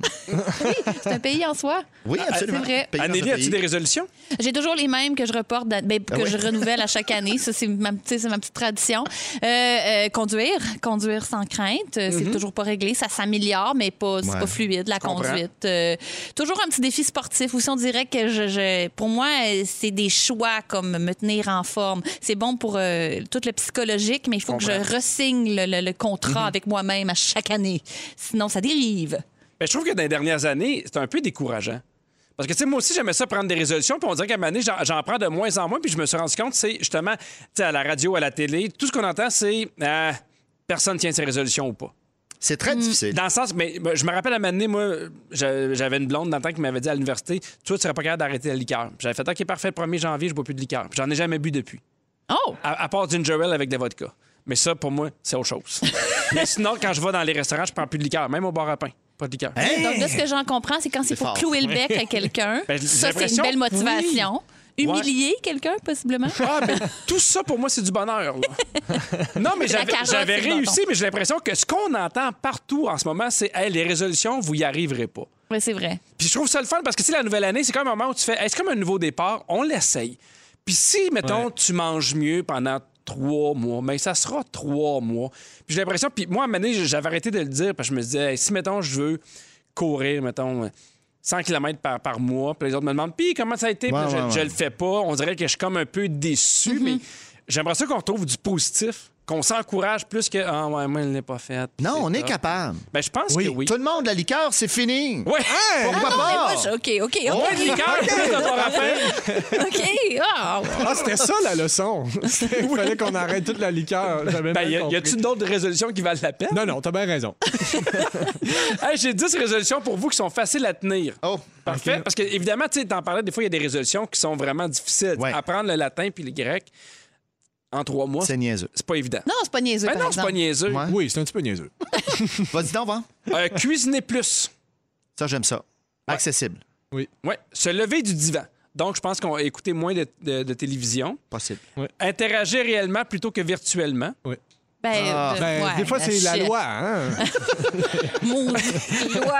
S3: C'est un pays en soi.
S5: Oui, absolument.
S3: Ah, c'est vrai.
S5: Pays dans un
S2: Anneli, as-tu
S5: pays.
S2: des résolutions?
S3: J'ai toujours les mêmes que je reporte, dans- ben, que
S5: Ah ouais?
S3: je renouvelle à chaque année. Ça, c'est ma, tu sais, c'est ma petite tradition. Euh, euh, conduire, conduire sans crainte. Euh, C'est toujours pas réglé. Ça s'améliore, mais pas, c'est
S5: Ouais.
S3: pas fluide, la
S2: comprends.
S3: conduite. Euh, toujours un petit défi sportif. Aussi, on dirait que je, je- pour moi, euh, c'est des choix comme me tenir en forme. C'est bon pour euh, tout le psychologique, mais il faut que je ressigne le, le- le contrat avec moi-même à chaque année. Sinon, ça dérive.
S2: Mais Ben, je trouve que dans les dernières années, c'est un peu décourageant. Parce que, tu sais, moi aussi, j'aimais ça prendre des résolutions, puis on dirait qu'à un moment donné, j'en- j'en prends de moins en moins, puis je me suis rendu compte, c'est justement, tu sais, à la radio, à la télé, tout ce qu'on entend, c'est euh, personne tient ses résolutions ou pas.
S5: C'est très
S3: Hmm.
S5: difficile.
S2: Dans le sens, mais mais je me rappelle à un moment donné, moi, j'a- j'avais une blonde dans le temps qui m'avait dit à l'université, toi, tu serais pas capable d'arrêter la liqueur. Puis J'avais fait, OK, parfait, le 1er janvier, je bois plus de liqueur. Puis J'en ai jamais bu depuis.
S3: Oh!
S2: À, à part ginger ale avec des vodka. Mais ça, pour moi, c'est autre chose. mais sinon, quand je vais dans les restaurants, je prends plus de liqueur, même au bar à pain. Pas de liqueur.
S5: Hein?
S3: Donc là, ce que j'en comprends, c'est quand c'est pour
S5: fort.
S3: clouer le bec à quelqu'un.
S2: Ben, j'ai
S3: ça, c'est une
S2: l'impression-
S3: belle motivation.
S2: Oui.
S3: Humilier quelqu'un, possiblement.
S2: Ah, mais tout ça, pour moi, c'est du bonheur. là. non, mais
S3: La
S2: j'avais
S3: carotte,
S2: j'avais
S3: c'est le
S2: réussi,
S3: bâton.
S2: mais j'ai l'impression que ce qu'on entend partout en ce moment, c'est Hey, les résolutions, vous y arriverez pas.
S3: Oui, c'est vrai.
S2: Puis je trouve ça le fun parce que c'est la nouvelle année, c'est comme un moment où tu fais Hey, c'est comme un nouveau départ, on l'essaye. Puis si, mettons,
S4: Ouais.
S2: tu manges mieux pendant trois mois, mais ça sera trois mois. Puis j'ai l'impression, puis moi, à un moment donné, j'avais arrêté de le dire parce que je me disais Hey, si, mettons, je veux courir, mettons. 100 km par, par mois. Puis les autres me demandent, puis comment ça a été? Puis
S5: Ouais,
S2: je,
S5: ouais, Mm-hmm. ouais.
S2: je le fais pas. On dirait que je suis comme un peu déçu, mais j'aimerais ça qu'on retrouve du positif, qu'on s'encourage plus que, ah ouais, moi, je l'ai pas fait.
S5: Non,
S2: C'est
S5: on est
S2: top.
S5: capable.
S2: Ben, je pense
S4: Oui.
S2: que oui.
S5: Tout le monde, la liqueur, c'est fini.
S2: Ouais.
S5: Pourquoi
S3: Ah,
S5: pas?
S3: mais moi, je- OK, OK,
S2: Moins de
S3: OK.
S2: liqueur, plus de bar à pain.
S3: OK. Ah,
S4: Ah c'était ça la leçon. il fallait qu'on arrête toute la liqueur. J'avais
S2: Ben,
S4: mal
S2: y a- y
S4: compris.
S2: a-tu d'autres résolutions qui valent la peine?
S4: Non non, t'as bien raison.
S2: Hey, J'ai 10 résolutions pour vous qui sont faciles à tenir.
S5: Oh.
S2: Parfait. Parce que, évidemment, tu sais, t'en parlais, des fois, il y a des résolutions qui sont vraiment difficiles.
S5: Ouais.
S2: Apprendre le latin puis le grec en trois mois,
S5: C'est
S2: c'est
S5: niaiseux.
S2: pas évident.
S3: Non, c'est pas niaiseux.
S2: Ben
S3: par
S2: non, c'est pas
S3: exemple.
S2: niaiseux.
S5: Ouais.
S4: Oui, c'est un petit peu niaiseux.
S5: Vas-y donc, va.
S2: Euh, cuisiner plus.
S5: Ça, j'aime ça. Accessible.
S2: Ouais. Se lever du divan. Donc, je pense qu'on va écouter moins de, de- de télévision.
S5: Possible.
S2: Interagir réellement plutôt que virtuellement.
S3: Ben,
S5: Ah.
S3: euh,
S4: Ben,
S3: ouais,
S4: des fois c'est la
S3: shit.
S4: loi hein.
S3: Maudite loi.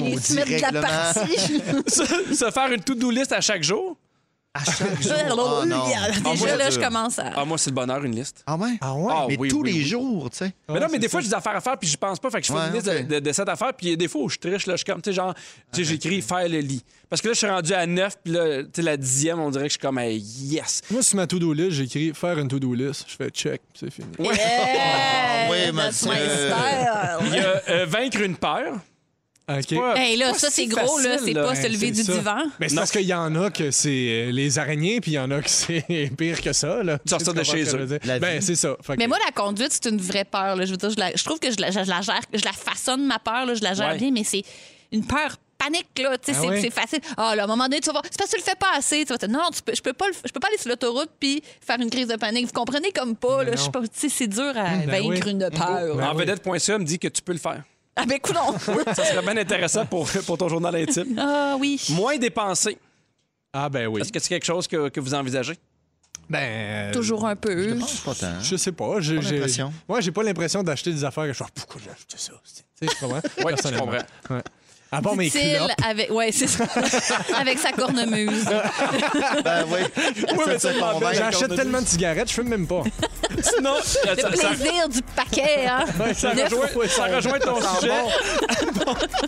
S3: Ils se mettent de la
S5: règlement.
S3: partie.
S2: se, se faire une to-do list à chaque jour.
S5: À chaque jour. Oh, non. Ah, moi,
S3: Déjà, là, je commence à...
S2: Ah, moi, c'est le bonheur, une liste.
S5: Ah ouais?
S4: Ah ouais.
S2: Ah,
S5: Mais
S2: oui,
S5: tous
S2: oui,
S5: les
S2: oui. Ah.
S5: jours, tu sais.
S2: Mais non, mais
S4: c'est
S2: des fois, j'ai des affaires à faire, puis je pense pas. Fait que je fais
S5: Ouais,
S2: une liste
S5: ok.
S2: de, de- de cette affaire, puis il y a des fois où je triche, là, je suis comme, tu sais, genre, tu sais, j'écris faire le lit. Parce que là, je suis rendu à 9, puis là, tu sais, la dixième, on dirait que je suis comme, hey, yes.
S4: Moi, sur ma to-do list, j'écris faire une to-do list. Je fais check, puis c'est fini.
S3: Euh, Yeah,
S5: oui,
S3: that's
S5: monsieur.
S3: my style.
S2: Il y a euh, vaincre une peur.
S4: OK.
S2: Ouais.
S3: Hey, là, ça, c'est
S2: si
S3: gros, là.
S2: facile,
S3: C'est
S2: là.
S3: pas se lever du
S4: ça.
S3: divan.
S4: Mais c'est parce qu'il y en a que c'est euh, les araignées, puis il y en a que c'est pire que ça. Là. Tu sais,
S2: Sortir
S4: tu
S2: de
S4: comprends
S2: chez
S4: ce que je
S2: eux.
S4: veux dire?
S5: La
S4: Ben,
S5: vie.
S4: c'est ça. Fait que-
S3: Mais moi, la conduite, c'est une vraie peur. là. Je veux dire, je, la- je trouve que je la, je la gère, je la façonne, ma peur, là, je la gère
S2: Ouais.
S3: bien, mais c'est une peur panique, là. Tu sais,
S4: Ah
S3: c'est-
S4: ouais?
S3: c'est facile. Ah, là, à un moment donné, tu vas voir, c'est parce que tu le fais pas assez. Tu vas te dire, non, tu peux- je peux pas, le- je peux pas aller sur l'autoroute puis faire une crise de panique. Vous comprenez comme pas, là.
S4: non.
S3: Je sais pas, tu sais, c'est dur à
S4: ben
S3: vaincre
S4: oui.
S3: une peur.
S4: Ben
S2: en
S4: oui.
S2: vedette.ca me dit que tu peux le faire.
S3: Ah, ben, coudonc.
S2: Ça serait bien intéressant pour, pour ton journal intime.
S3: Ah, oui.
S2: Moins dépenser.
S4: Ah, ben oui.
S2: Est-ce que c'est quelque chose que, que vous envisagez?
S4: Ben. euh,
S3: Toujours un
S5: Je
S3: peu.
S5: pense pas tant.
S4: Je sais pas. J'ai
S5: Pas
S4: j'ai-
S5: l'impression.
S4: Moi, j'ai pas l'impression d'acheter des affaires que je suis genre, pourquoi j'ai acheté ça? c'est- Tu sais, je comprends.
S2: Oui, je
S4: Personnellement.
S2: comprends.
S4: Ouais. À part mes
S3: Dit-il
S4: clopes.
S3: avec, ouais, c'est ça. avec sa cornemuse.
S5: Ben oui.
S2: mais
S5: Ça
S2: ça
S5: te
S2: m'embête.
S5: convainc.
S4: J'achète tellement de cigarettes, je fume même pas.
S2: Sinon, ça,
S3: Le
S2: ça-
S3: plaisir du paquet, hein?
S2: ça rejoint, ça rejoint ton sujet. Bon.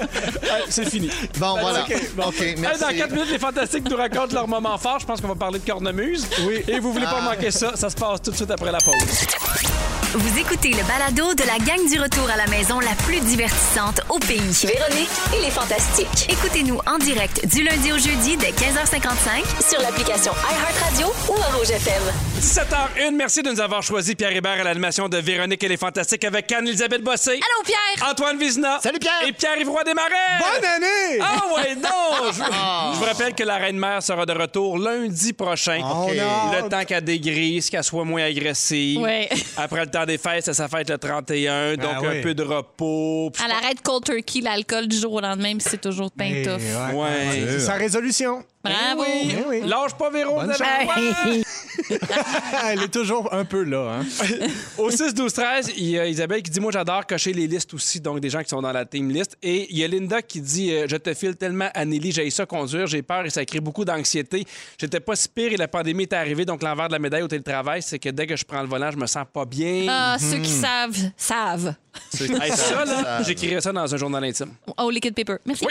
S2: Euh, c'est fini.
S5: Bon, voilà.
S2: OK, bon.
S5: OK,
S2: Hey, Eh,
S5: merci.
S2: dans 4 minutes, les Fantastiques nous racontent leur moment fort. Je pense qu'on va parler de cornemuse. Oui. Et vous voulez pas manquer ça, ça se passe tout de suite après la pause.
S1: Vous écoutez le balado de la gang du retour à la maison la plus divertissante au pays.
S8: Véronique et les Fantastiques.
S1: Écoutez-nous en direct du lundi au jeudi dès 15h55
S8: Sur l'application iHeartRadio ou à Rouge FM.
S2: 17h01, merci de nous avoir choisi Pierre Hébert à l'animation de Véronique et les Fantastiques avec Anne-Elisabeth Bossé.
S3: Allô, Pierre!
S2: Antoine Vizna.
S5: Salut, Pierre.
S2: Et Pierre-Yves Roy Desmarais.
S4: Bonne année!
S2: Ah ouais, non! Je, je vous rappelle que la Reine-Mère sera de retour lundi prochain.
S5: On a
S2: Le temps qu'elle dégrise, qu'elle soit moins agressive.
S3: Ouais.
S2: Après le temps des fêtes, c'est sa fête le 31,
S4: Ben
S2: donc
S4: oui.
S2: un peu de repos. Puis
S3: Elle arrête cold turkey, l'alcool du jour au lendemain, puis c'est toujours pain
S4: Eh,
S3: tough.
S4: ouais.
S2: Ouais.
S4: C'est sa résolution.
S3: Bravo!
S4: Eh oui.
S2: Lâche pas Véro, vous
S4: Bonne
S2: avez le droit.
S4: Elle est toujours un peu là. Hein?
S2: Au 6-12-13, il y a Isabelle qui dit Moi, j'adore cocher les listes aussi, donc des gens qui sont dans la team list. Et il y a Linda qui dit euh, Je te file tellement, Anneli, j'ai ça conduire, j'ai peur et ça crée beaucoup d'anxiété. J'étais pas si pire et la pandémie est arrivée, donc l'envers de la médaille au télétravail, c'est que dès que je prends le volant, je me sens pas bien.
S3: Ah, ceux qui savent, savent.
S2: Hey, ça, là, j'écrirais ça dans un journal intime.
S3: Oh, liquid paper. Merci.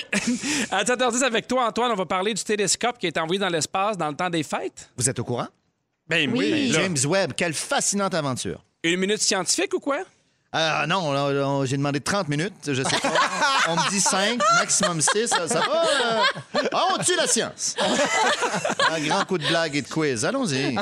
S2: À 7h10 avec toi, Antoine, on va parler du télescope qui a été envoyé dans l'espace dans le temps des fêtes.
S5: Vous êtes au courant?
S2: Ben
S3: Oui.
S2: oui. là.
S5: James Webb, quelle fascinante aventure.
S2: Une minute scientifique ou quoi?
S5: Ah non, là, là, j'ai demandé 30 minutes, je sais pas. on me dit 5, maximum 6, ça, ça va. euh, ah, on tue la science. Un grand coup de blague et de quiz. Allons-y.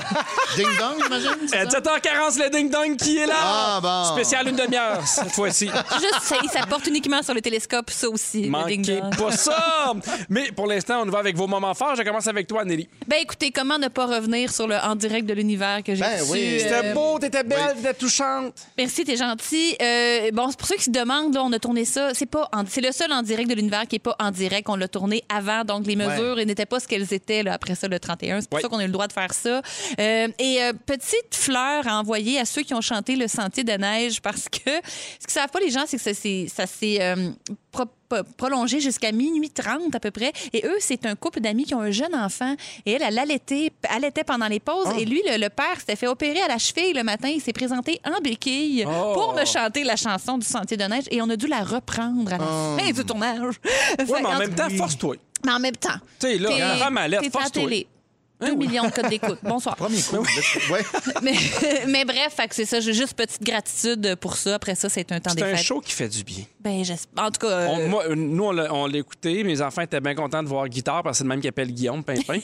S5: Ding dong, j'imagine.
S2: À 7h40, le ding-dong qui est là.
S5: Ah, bon.
S2: Spécial une demi-heure cette fois-ci.
S3: Juste, ça, ça porte uniquement sur le télescope, ça aussi. le
S2: Manquez
S3: ding-dong.
S2: pas ça! Mais pour l'instant, on y va avec vos moments forts. Je commence avec toi, Nelly.
S3: Ben écoutez, comment ne pas revenir sur le en direct de l'univers que j'ai
S5: Ben
S3: reçu,
S5: oui.
S3: euh,
S5: C'était
S2: beau, t'étais belle, t'étais touchante.
S3: Merci, t'es gentil. Euh, bon, c'est pour ceux qui se demandent, là, on a tourné ça. C'est pas, en- c'est le seul en direct de l'univers qui est pas en direct. On l'a tourné avant, donc les mesures et n'étaient pas ce qu'elles étaient là, après ça le 31. C'est pour
S2: Ouais.
S3: ça qu'on a eu le droit de faire ça. Euh, et euh, petite fleur à envoyer à ceux qui ont chanté le Sentier de neige parce que ce qu'ils savent pas les gens, c'est que ça s'est, ça s'est, euh, pro- pro- prolongé jusqu'à minuit 30 à peu près. Et eux, c'est un couple d'amis qui ont un jeune enfant. Et elle, elle allaitait, allaitait pendant les pauses.
S2: Ah.
S3: Et lui, le, le père s'était fait opérer à la cheville le matin. Il s'est présenté en béquille
S2: Oh.
S3: pour me chanter la chanson du Sentier de neige. Et on a dû la reprendre à la fin du tournage.
S2: Oui, Oh. mais en même temps, force-toi.
S3: Mais en même temps.
S2: T'es là, la femme à l'aide,
S3: t'es à la
S2: force-toi. Ben
S3: télé. 2 millions de codes d'écoute. Bonsoir.
S5: Premier coup. Ouais.
S3: Mais, mais bref, fait que c'est ça. J'ai juste petite gratitude pour ça. Après ça, c'est un temps
S2: C'est
S3: des
S2: un
S3: fêtes.
S2: show qui fait du bien.
S3: Ben, j'espère- en tout cas, euh,
S2: On- moi, euh, nous, on l'a on l'a écouté. Mes enfants étaient bien contents de voir Guitare parce que c'est le même qui appelle Guillaume Pimpin.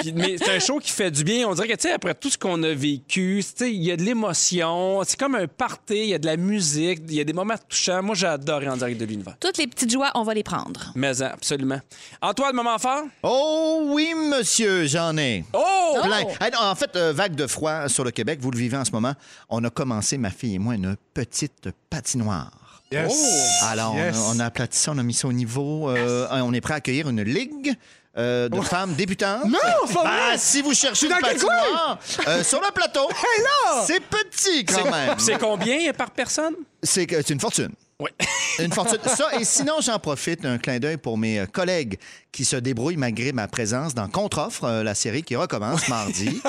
S2: Puis- mais c'est un show qui fait du bien. On dirait que, tu sais, après tout ce qu'on a vécu, tu sais, il y a de l'émotion. C'est comme un party. Il y a de la musique. Il y a des moments touchants. Moi, j'ai adoré en direct de l'univers.
S3: toutes les petites joies, on va les prendre.
S2: Mais hein, absolument. Antoine, moment fort?
S5: Oh oui, monsieur, j'en ai.
S2: Oh!
S5: Plein. Hey, non, en fait, euh, vague de froid sur le Québec, vous le vivez en ce moment. On a commencé, ma fille et moi, une petite patinoire. Oh!
S4: Yes.
S5: Alors, on a-
S4: Yes.
S5: on, a, aplati ça, on a mis ça au niveau. euh, On est prêt à accueillir une ligue euh, de femmes débutantes.
S4: Non, c'est pas
S5: Ben,
S4: vrai!
S5: si vous cherchez
S4: Dans
S5: une
S4: quel
S5: patinoire, euh, sur le plateau,
S4: là!
S5: c'est petit quand même.
S2: C'est combien par personne?
S5: C'est que- c'est une fortune.
S2: Oui.
S5: Une fortune. Ça, et sinon, j'en profite, un clin d'œil pour mes euh, collègues qui se débrouillent malgré ma présence dans Contre-offre, euh, la série qui recommence mardi.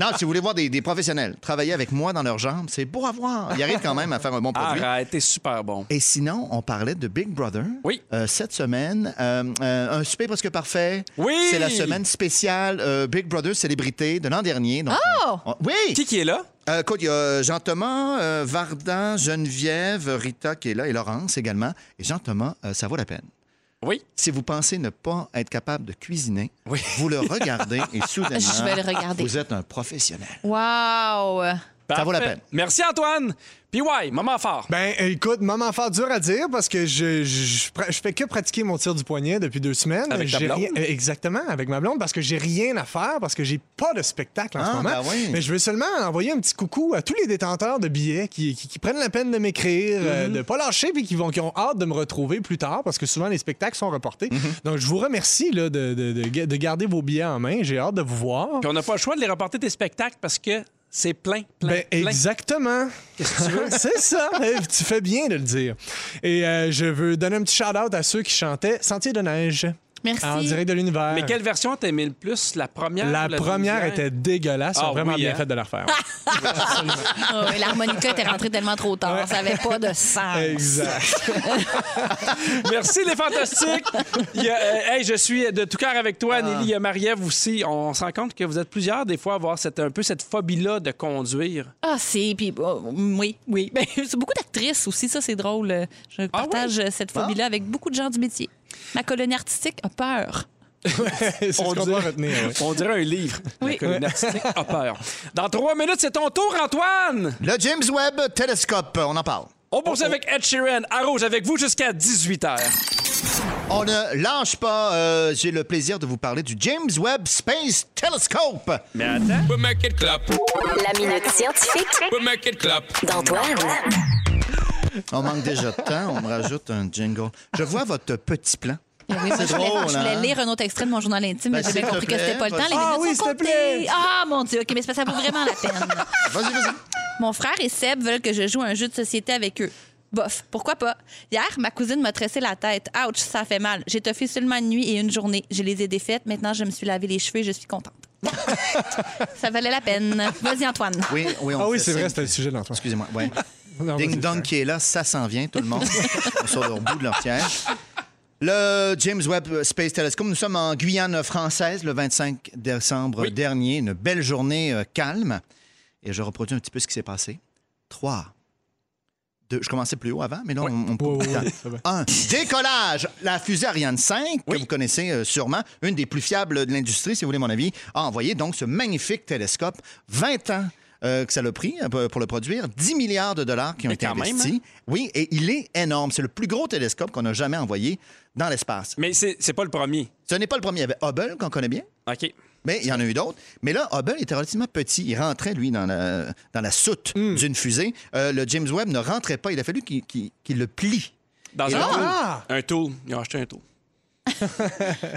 S5: Non, si vous voulez voir des, des professionnels travailler avec moi dans leurs jambes, c'est beau à voir. Ils arrivent quand même à faire un bon produit.
S2: Arrête, t'es super bon.
S5: Et sinon, on parlait de Big Brother.
S2: Oui.
S5: Euh, cette semaine, euh, euh, un souper presque parfait.
S2: Oui!
S5: C'est la semaine spéciale euh, Big Brother célébrité de l'an dernier. Donc,
S3: Oh!
S5: on- on- oui!
S2: Qui qui est là?
S5: Euh, écoute, il y a Jean-Thomas, euh, Vardan, Geneviève, Rita qui est là et Laurence également. Et Jean-Thomas, euh, ça vaut la peine.
S2: Oui.
S5: Si vous pensez ne pas être capable de cuisiner,
S2: Oui.
S5: vous le regardez et soudainement,
S3: Je vais le regarder.
S5: vous êtes un professionnel.
S3: Wow!
S5: Ça vaut la peine.
S2: Merci, Antoine. Puis, ouais, moment fort.
S4: Ben, écoute, moment fort dur à dire parce que je, je, je- je fais que pratiquer mon tir du poignet depuis deux semaines.
S2: Avec ta
S4: J'ai
S2: blonde?
S4: rien- euh, exactement, avec ma blonde, parce que j'ai rien à faire, parce que j'ai pas de spectacle en ce
S5: Ah,
S4: moment.
S5: ben oui.
S4: Mais je veux seulement envoyer un petit coucou à tous les détenteurs de billets qui, qui- qui prennent la peine de m'écrire, euh, de pas lâcher, puis qui, vont, qui ont hâte de me retrouver plus tard parce que souvent les spectacles sont reportés. Donc, je vous remercie là, de, de- de- de garder vos billets en main. J'ai hâte de vous voir.
S2: Puis, on n'a pas le choix de les reporter tes spectacles parce que c'est plein, plein,
S4: Ben,
S2: plein.
S4: exactement. C'est ça. Eh, tu fais bien de le dire. Et euh, je veux donner un petit shout-out à ceux qui chantaient Sentier de neige.
S3: Merci.
S4: En direct de l'univers.
S2: Mais quelle version t'aimais le plus? La première?
S4: La
S2: ou
S4: première
S2: deuxième?
S4: était dégueulasse. Ils
S2: Ah
S4: ont vraiment
S2: oui,
S4: bien
S2: hein?
S4: fait de la refaire.
S3: Ah oui, L'harmonica était rentrée tellement trop tard. Ça n'avait pas de sens.
S4: exact.
S2: Merci les fantastiques. Il y a, euh, hey, je suis de tout cœur avec
S4: Ah.
S2: toi, Nelly. Il y a Marie-Ève aussi. On se rend compte que vous êtes plusieurs des fois à avoir cette, un peu cette phobie-là de conduire.
S3: Ah, c'est. Puis, oh, oui, oui. Ben, c'est beaucoup d'actrices aussi, ça, c'est drôle. Je partage cette phobie-là avec beaucoup de gens du métier. Ma colonie artistique a peur.
S4: C'est ce
S2: On
S4: qu'on doit
S2: dirait-
S4: retenir. oui.
S2: On dirait un livre.
S3: Oui.
S2: La colonne artistique a peur. Dans trois minutes, c'est ton tour, Antoine.
S5: Le James Webb Telescope, on en parle.
S2: On poursuit
S4: Oh,
S2: avec Ed Sheeran à Rouge avec vous jusqu'à 18h.
S5: On ne lâche pas. euh, J'ai le plaisir de vous parler du James Webb Space Telescope.
S8: La minute scientifique d'Antoine.
S5: On manque déjà de temps. On me rajoute un jingle. Je vois votre petit plan.
S3: Eh oui, moi, je, voulais,
S5: drôle,
S3: je voulais
S5: hein?
S3: lire un autre extrait de mon journal intime,
S5: Ben,
S3: mais j'ai
S5: s'il
S3: bien
S5: te
S3: compris que
S5: plaît,
S3: c'était pas le temps.
S5: vas-y.
S3: Les
S4: Ah
S3: minutes
S4: oui,
S3: sont
S4: s'il te
S3: comptées.
S4: plaît.
S3: Ah, mon Dieu. OK, mais c'est parce que ça vaut vraiment la peine.
S5: Vas-y, vas-y.
S3: Mon frère et Seb veulent que je joue à un jeu de société avec eux. Bof, pourquoi pas? Hier, ma cousine m'a tressé la tête. Ouch, ça fait mal. J'ai toffé seulement une nuit et une journée. Je les ai défaites. Maintenant, je me suis lavé les cheveux et je suis contente. ça valait la peine. Vas-y, Antoine.
S5: Oui, oui, on
S4: Ah oui,
S5: fait
S4: c'est
S5: signe.
S4: vrai, c'était le sujet d'Antoine.
S5: Excusez-moi. Ouais.
S4: Non,
S5: Ding
S4: vas-y.
S5: Dong qui est là, ça s'en vient, tout le monde. sur le bout de leur siège. Le James Webb Space Telescope, nous sommes en Guyane française le 25 décembre dernier. Une belle journée euh, calme. Et je reproduis un petit peu ce qui s'est passé. Trois, deux. Je commençais plus haut avant, mais là, on, on peut.
S4: Ouais, ouais,
S5: Attends.
S4: ouais, ça va.
S5: Un, décollage. La fusée Ariane 5, que vous connaissez euh, sûrement, une des plus fiables de l'industrie, si vous voulez mon avis, a envoyé donc ce magnifique télescope. 20 ans euh, que ça l'a pris euh, pour le produire, 10 milliards de dollars qui ont
S2: Mais
S5: été
S2: quand même, hein?
S5: investis. Oui, et il est énorme. C'est le plus gros télescope qu'on a jamais envoyé dans l'espace.
S2: Mais c'est c'est pas le premier.
S5: Ce n'est pas le premier. Il y avait Hubble, qu'on connaît bien.
S2: OK.
S5: Mais il y en a eu d'autres. Mais là, Hubble était relativement petit. Il rentrait, lui, dans la, dans la soute
S2: Hmm.
S5: d'une fusée. Euh, le James Webb ne rentrait pas. Il a fallu qu'il qu'il- qu'il le plie.
S2: Dans
S5: Et
S2: un
S5: là-
S2: tool.
S4: Ah!
S2: Un tool. Ils ont acheté un tool.
S3: Merci.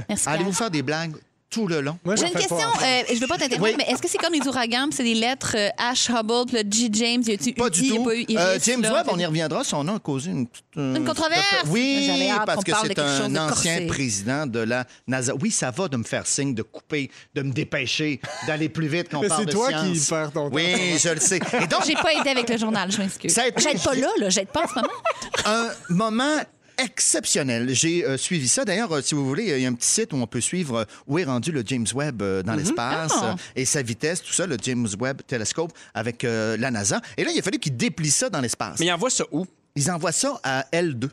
S3: Pierre.
S5: Allez-vous faire des blagues tout le long?
S4: Moi, je
S3: J'ai
S4: le
S3: une
S4: fais
S3: question.
S4: pas.
S3: euh, je veux pas t'interrompre,
S5: Oui.
S3: mais est-ce que c'est comme les ouragans? puis C'est des lettres euh, H. Hubble, puis le G. James. Y a-tu
S5: Pas
S3: eu
S5: du
S3: I, y a
S5: tout.
S3: pas eu Iris,
S5: Euh, James
S3: là?
S5: Webb, on y reviendra. Son nom a causé une petite, euh,
S3: Une controverse. J'avais
S5: Oui,
S3: hâte qu'on
S5: parce que
S3: parle de
S5: c'est
S3: quelque chose
S5: un
S3: de
S5: ancien
S3: corsé.
S5: président de la NASA. Oui, ça va de me faire signe, de couper, de me dépêcher, d'aller plus vite qu'on
S4: Mais
S5: parle
S4: c'est
S5: de
S4: toi
S5: science.
S4: qui perds ton temps.
S5: Oui, je le sais. Et donc,
S3: J'ai pas aidé avec le journal, je m'excuse.
S5: Ça a été-
S3: J'aide pas là, là. J'aide pas en ce moment.
S5: un moment exceptionnel. J'ai euh, suivi ça. D'ailleurs, euh, si vous voulez, il y a un petit site où on peut suivre euh, où est rendu le James Webb euh, dans l'espace
S3: Ah.
S5: euh, et sa vitesse, tout ça, le James Webb télescope avec euh, la NASA. Et là, il a fallu qu'il déplie ça dans l'espace.
S2: Mais ils envoient ça où?
S5: Ils envoient ça à L2.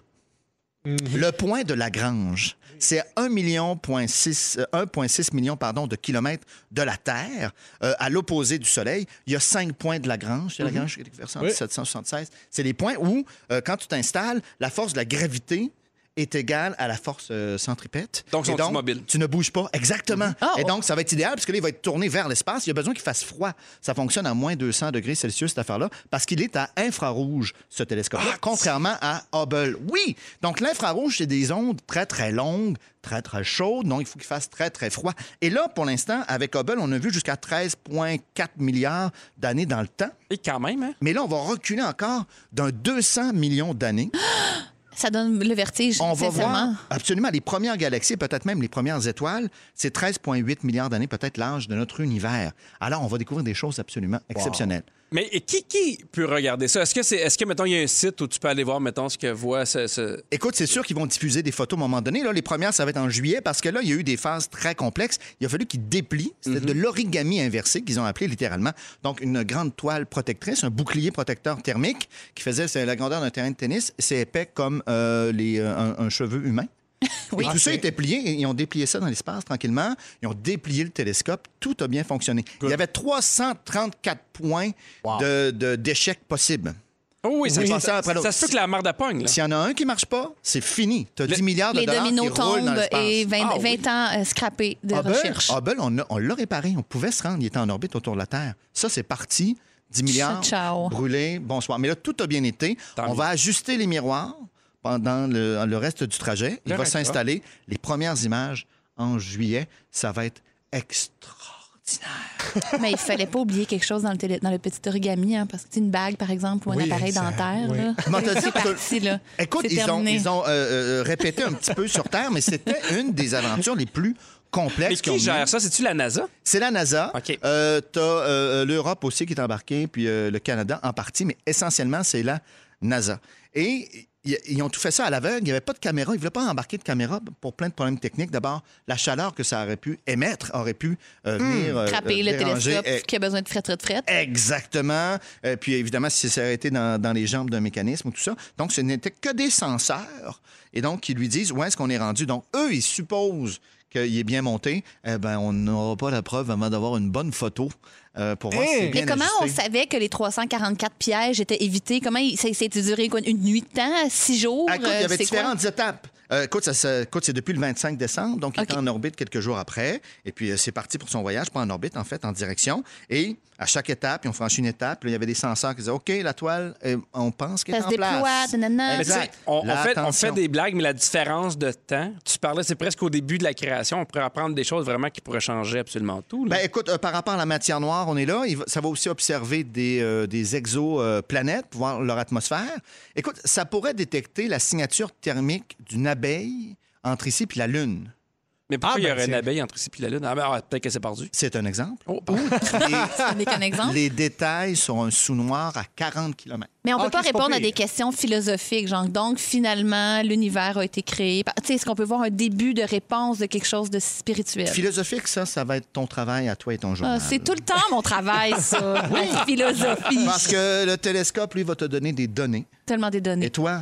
S5: Le point de Lagrange, c'est 1,6 million, point six- euh, 1,6 million pardon, de kilomètres de la Terre, euh, à l'opposé du Soleil. Il y a cinq points de Lagrange. C'est Lagrange qui est découvert en
S4: Oui.
S5: 1776. C'est les points où, euh, quand tu t'installes, la force de la gravité est égale à la force euh, centripète.
S2: Donc,
S5: Et
S2: sont immobiles.
S5: tu ne bouges pas. Exactement.
S3: Ah,
S5: Et
S3: oh.
S5: donc, ça va être idéal parce que là, il va être tourné vers l'espace. Il y a besoin qu'il fasse froid. Ça fonctionne à moins 200 degrés Celsius, cette affaire-là, parce qu'il est à infrarouge, ce télescope-là,
S3: Ah,
S5: contrairement à Hubble. Oui! Donc, l'infrarouge, c'est des ondes très, très longues, très, très chaudes. Donc, il faut qu'il fasse très, très froid. Et là, pour l'instant, avec Hubble, on a vu jusqu'à 13,4 milliards d'années dans le temps.
S2: Et quand même, hein?
S5: Mais là, on va reculer encore d'un 200 millions d'années.
S3: Ça donne le vertige,
S5: On va
S3: sincèrement.
S5: voir absolument les premières galaxies, peut-être même les premières étoiles. C'est 13,8 milliards d'années, peut-être l'âge de notre univers. Alors, on va découvrir des choses absolument exceptionnelles.
S2: Mais et qui, qui peut regarder ça? Est-ce que, c'est, est-ce que, mettons, il y a un site où tu peux aller voir, mettons, ce que voit ce... ce-
S5: Écoute, c'est sûr qu'ils vont diffuser des photos à un moment donné. Là, les premières, ça va être en juillet parce que là, il y a eu des phases très complexes. Il a fallu qu'ils déplient. C'était de l'origami inversé qu'ils ont appelé littéralement. Donc, une grande toile protectrice, un bouclier protecteur thermique qui faisait c'est la grandeur d'un terrain de tennis. C'est épais comme euh, les, euh, un- un cheveu humain. Et tout ça était plié. Ils ont déplié ça dans l'espace tranquillement. Ils ont déplié le télescope. Tout a bien fonctionné. Il y avait 334 points de- de- d'échecs possibles.
S2: Oh oui, ça,
S5: Oui.
S2: ça- ça-
S5: Après l'autre.
S2: ça se peut que la marde à pogne. là.
S5: S'il y en a un qui marche pas, c'est fini. Tu as 10 milliards de
S3: Les
S5: dollars
S3: dominos
S5: qui roulent dans Ah
S3: tombent
S5: l'espace.
S3: et 20, 20 ans euh, scrappés de
S5: Hubble,
S3: recherche.
S5: Hubble, on, a- on l'a réparé. On pouvait se rendre. Il était en orbite autour de la Terre. Ça, c'est parti. 10 milliards.
S3: Ciao.
S5: Brûlé. Bonsoir. Mais là, tout a bien été.
S2: Tant
S5: on
S2: mieux.
S5: va ajuster les miroirs pendant le, le reste du trajet. Il va
S2: Correct,
S5: s'installer. Les premières images en juillet, ça va être extraordinaire. ben.
S3: Mais il fallait pas oublier quelque chose dans le, télé- dans le petit origami, hein, parce que c'est une bague, par exemple, ou un
S4: Oui,
S3: appareil
S4: ça-
S3: dentaire.
S4: oui.
S3: là.
S5: Comment t'as dit
S3: C'est
S5: que-
S3: parti, là.
S5: Écoute,
S3: C'est
S5: ils ont,
S3: terminé.
S5: ils ont euh, euh, répété un petit peu sur Terre, mais c'était une des aventures les plus complexes
S2: Mais
S5: qu'on
S2: qui
S5: ait.
S2: gère ça? C'est-tu la NASA?
S5: C'est la NASA.
S2: OK.
S5: Euh, T'as euh, l'Europe aussi qui est embarquée, puis euh, le Canada en partie, mais essentiellement, c'est la NASA. Et y- ils ont tout fait ça à l'aveugle. Il n'y avait pas de caméra. Ils ne voulaient pas embarquer de caméra pour plein de problèmes techniques. D'abord, la chaleur que ça aurait pu émettre aurait pu euh, venir. euh,
S3: Frapper
S5: euh,
S3: le
S5: déranger.
S3: télescope
S5: Eh,
S3: qui a besoin de fret, fret, fret.
S5: Exactement. Euh, puis évidemment, si ça aurait été dans, dans les jambes d'un mécanisme ou tout ça. Donc, ce n'était que des senseurs. Et donc, ils lui disent où est-ce qu'on est rendu. Donc, eux, ils supposent qu'il est bien monté. Eh bien, on n'aura pas la preuve avant d'avoir une bonne photo euh, pour voir
S4: Hey!
S5: si c'est bien
S3: Mais Hein? comment on
S5: ajusté.
S3: savait que les 344 pièges étaient évités? Comment il- ça, ça a duré quoi, une nuit de temps, six jours?
S5: Ah, écoute, il y
S3: euh,
S5: avait
S3: c'est quoi?
S5: différentes étapes. Euh, écoute, ça se- écoute, c'est depuis le 25 décembre, donc il
S3: OK.
S5: était en orbite quelques jours après. Et puis, euh, c'est parti pour son voyage, pas en orbite, en fait, en direction. Et à chaque étape, ils ont franchi une étape. Là, il y avait des senseurs qui disaient OK, la toile, euh, on pense qu'elle
S3: Ça
S5: est
S3: se
S5: en
S3: déploie,
S5: place.
S3: nanana.
S2: Mais tu sais,
S5: Exact.
S2: on, on fait, on
S5: L'attention.
S2: fait des blagues, mais la différence de temps, tu parlais, c'est presque au début de la création. On pourrait apprendre des choses vraiment qui pourraient changer absolument tout. là.
S5: Ben, écoute, euh, par rapport à la matière noire, on est là. Il va- ça va aussi observer des, euh, des exoplanètes, pour voir leur atmosphère. Écoute, ça pourrait détecter la signature thermique d'une abeille entre ici et la Lune.
S2: mais pourquoi
S4: ah,
S2: il y
S4: ben,
S2: aurait une
S4: c'est-
S2: abeille entre ici et la Lune? Ah, ben, ah, peut-être que c'est perdu.
S5: C'est un exemple.
S2: Oh, pardon.
S3: Ce n'est qu'un exemple.
S5: Les détails sur un sous-noir à 40 km.
S3: Mais on peut
S4: Ah,
S3: pas
S4: ok, c'est pas
S3: répondre à
S4: pire.
S3: des questions philosophiques, genre donc finalement l'univers a été créé. par- Tu sais, est-ce qu'on peut voir un début de réponse de quelque chose de spirituel?
S5: Philosophique, ça, ça va être ton travail à toi et ton
S3: Ah,
S5: journal.
S3: c'est tout le temps mon travail, ça. La philosophie.
S5: Parce que le télescope, lui, va te donner des données.
S3: Tellement des
S5: Et
S3: données.
S5: toi,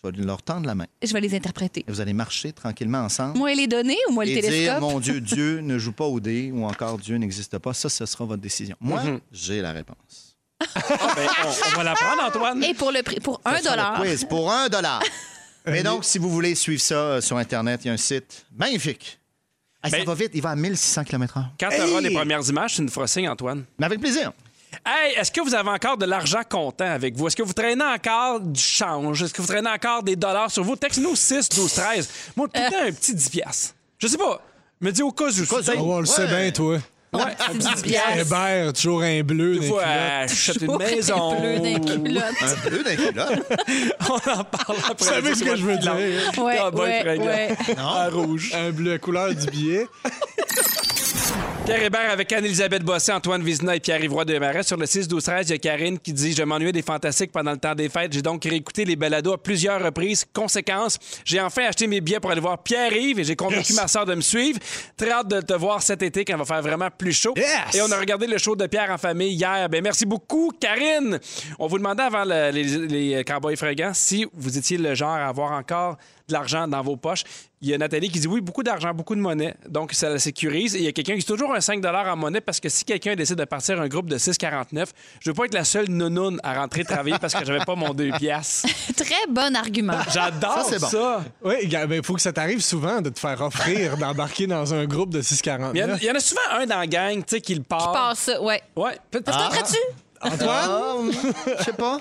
S5: tu vas leur tendre la main.
S3: Je vais les interpréter.
S5: Et vous allez marcher tranquillement ensemble.
S3: Moi et les données ou moi le
S5: et dire,
S3: télescope?
S5: mon Dieu, Dieu ne joue pas au dé ou encore Dieu n'existe pas. Ça, ce sera votre décision. Moi, j'ai la réponse.
S2: Ben, on, on va l'apprendre, Antoine.
S3: Et pour le prix, pour un
S5: Ça, le
S3: dollar.
S5: quiz pour un dollar. Mais donc, si vous voulez suivre ça euh, sur Internet, il y a un site magnifique. Ah, ça
S2: Ben-
S5: va vite, il va à 1600 km/h.
S2: Quand tu auras
S4: Hey!
S2: les premières images, tu nous feras signe, Antoine.
S5: Mais avec plaisir.
S2: Hey, est-ce que vous avez encore de l'argent comptant avec vous? Est-ce que vous traînez encore du change? Est-ce que vous traînez encore des dollars sur vous? Texte-nous 6, 12, 13. Moi, tout le temps, un petit 10 piastres. Je sais pas. Me dis au cas où. c'est peut-être-
S4: Oh, on le sait bien, toi.
S2: Ouais, un petit 10 piastres.
S4: Hébert, toujours un bleu.
S2: Des
S4: dans
S2: fois,
S4: les culottes.
S2: euh, j'achète une
S3: Toujours un
S2: maison.
S3: bleu dans les culottes.
S5: Un peu d'un culotte.
S2: On en parle après. Ah, Vous
S4: savez ce que je veux dire.
S3: Ouais,
S2: Cowboy
S3: ouais,
S2: fringant.
S3: ouais.
S2: En rouge.
S4: Un bleu, la couleur du billet.
S2: Pierre Hébert avec Anne-Elisabeth Bossé, Antoine Vézina et Pierre-Yvroy Desmarais. Sur le 6-12-13, il y a Karine qui dit « Je m'ennuyais des fantastiques pendant le temps des fêtes. J'ai donc réécouté les balados à plusieurs reprises. Conséquence, j'ai enfin acheté mes billets pour aller voir Pierre-Yves et j'ai convaincu ma soeur de me suivre. Très hâte de te voir cet été quand il va faire vraiment plus chaud.
S4: Yes!
S2: Et on a regardé le show de Pierre en famille hier. Ben, merci beaucoup, Karine. On vous demandait avant le- les, les Cowboys fringants si vous étiez le genre à avoir encore de l'argent dans vos poches. Il y a Nathalie qui dit oui, beaucoup d'argent, beaucoup de monnaie. Donc, ça la sécurise. Et il y a quelqu'un qui dit toujours un 5 en monnaie parce que si quelqu'un décide de partir un groupe de 6,49, je veux pas être la seule nounoune à rentrer travailler parce que j'avais pas mon 2 piastres.
S3: Très bon argument.
S2: J'adore
S5: Ça,
S2: ça.
S5: c'est bon.
S4: Oui, il ben, faut que ça t'arrive souvent de te faire offrir d'embarquer dans un groupe de
S2: Mais il y en-
S4: 649.
S2: il y, en a souvent un dans la gang, tu sais, qui le part. Ah.
S3: Je passe ça, ouais.
S2: Ouais. Pe- pe-
S3: T'entends-tu?
S5: Ah, Je sais pas.